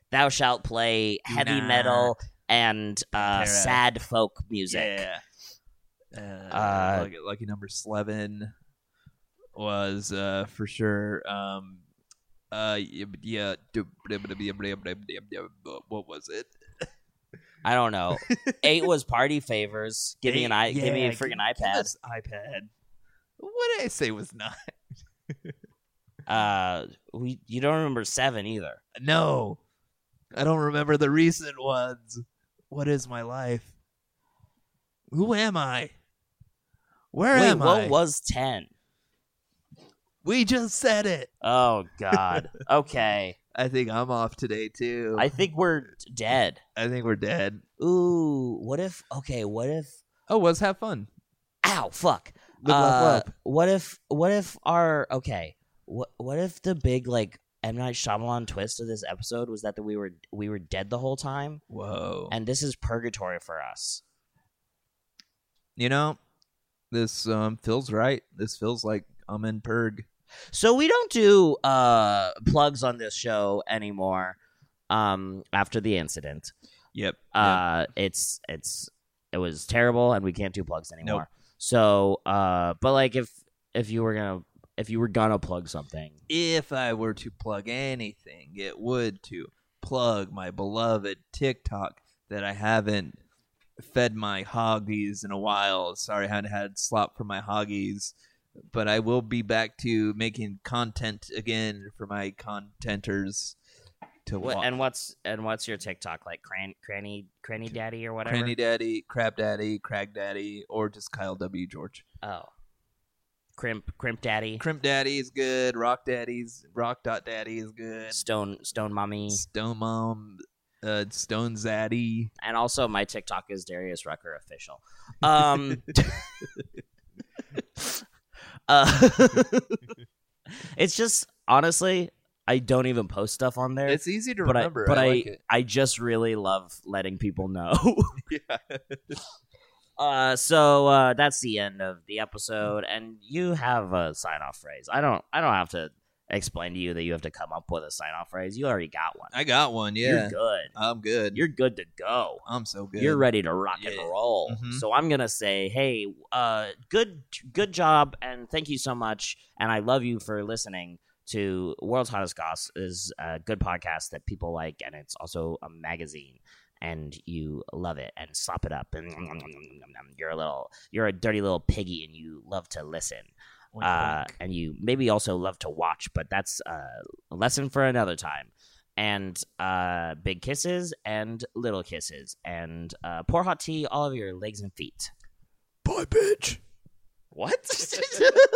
[SPEAKER 2] thou shalt play
[SPEAKER 1] Do
[SPEAKER 2] heavy
[SPEAKER 1] not.
[SPEAKER 2] metal and uh
[SPEAKER 1] Tear up.
[SPEAKER 2] sad folk music
[SPEAKER 1] Yeah. Uh,
[SPEAKER 2] Uh,
[SPEAKER 1] lucky, lucky number eleven was uh, for sure. Um, uh, yeah, yeah. do- What was it?
[SPEAKER 2] i don't know eight was party favors give me an i
[SPEAKER 1] Eight-
[SPEAKER 2] give me
[SPEAKER 1] yeah,
[SPEAKER 2] a freaking
[SPEAKER 1] give
[SPEAKER 2] ipad
[SPEAKER 1] us iPad. What did I say was not?
[SPEAKER 2] uh we, you don't remember seven either
[SPEAKER 1] No, I don't remember the recent ones. What is my life? Who am I? Where
[SPEAKER 2] wait
[SPEAKER 1] am
[SPEAKER 2] what
[SPEAKER 1] I?
[SPEAKER 2] was ten?
[SPEAKER 1] We just said it.
[SPEAKER 2] Oh god okay
[SPEAKER 1] I think I'm off today too.
[SPEAKER 2] i think we're dead
[SPEAKER 1] I think we're dead.
[SPEAKER 2] ooh what if okay what if
[SPEAKER 1] Oh, was have fun.
[SPEAKER 2] ow fuck
[SPEAKER 1] Live, laugh,
[SPEAKER 2] Uh,
[SPEAKER 1] love.
[SPEAKER 2] what if what if our okay what what if the big like M Night Shyamalan twist of this episode was that we were we were dead the whole time
[SPEAKER 1] Whoa.
[SPEAKER 2] and this is purgatory for us
[SPEAKER 1] you know, this um, feels right. This feels like I'm in Purg.
[SPEAKER 2] so we don't do uh plugs on this show anymore um after the incident
[SPEAKER 1] Yep. yep.
[SPEAKER 2] uh it's it's it was terrible and we can't do plugs anymore so uh but like if if you were gonna if you were gonna plug something
[SPEAKER 1] If I were to plug anything, it would to plug my beloved TikTok that I haven't fed my hoggies in a while. Sorry, I hadn't had slop for my hoggies, but I will be back to making content again for my contenters. To
[SPEAKER 2] What,
[SPEAKER 1] wa-
[SPEAKER 2] and what's and what's your TikTok like? Cran, cranny, cranny daddy or whatever.
[SPEAKER 1] Cranny Daddy, Crab Daddy, Crag Daddy, or just Kyle W. George.
[SPEAKER 2] oh, crimp, crimp daddy.
[SPEAKER 1] Crimp Daddy is good. Rock Daddy's Rock Dot Daddy is good.
[SPEAKER 2] Stone, stone mommy.
[SPEAKER 1] Stone Mom, uh, Stone Zaddy.
[SPEAKER 2] and also my TikTok is Darius Rucker official.
[SPEAKER 1] Mm.
[SPEAKER 2] Um, uh, it's just honestly, I don't even post stuff on there.
[SPEAKER 1] It's easy to
[SPEAKER 2] but I,
[SPEAKER 1] remember.
[SPEAKER 2] but I,
[SPEAKER 1] I, like it.
[SPEAKER 2] I just really love letting people know.
[SPEAKER 1] Yeah.
[SPEAKER 2] uh, so uh, that's the end of the episode, and you have a sign off phrase. I don't, I don't have to explain to you that you have to come up with a sign off phrase. You already got one.
[SPEAKER 1] I got one. Yeah, Uh,
[SPEAKER 2] You're good.
[SPEAKER 1] I'm good.
[SPEAKER 2] You're good to go.
[SPEAKER 1] I'm so good.
[SPEAKER 2] You're ready to rock
[SPEAKER 1] Yeah.
[SPEAKER 2] and roll.
[SPEAKER 1] Mhm.
[SPEAKER 2] So I'm gonna say, hey, uh, good, good job, and thank you so much, and I love you for listening to World's Hottest Goss is a good podcast that people like, and it's also a magazine, and you love it and slop it up, and you're a little, you're a dirty little piggy, and you love to listen
[SPEAKER 1] Wink,
[SPEAKER 2] uh,
[SPEAKER 1] wink.
[SPEAKER 2] and you maybe also love to watch, but that's uh, a lesson for another time. And uh, big kisses and little kisses and uh, pour hot tea all over your legs and feet.
[SPEAKER 1] Bye, bitch.
[SPEAKER 2] What?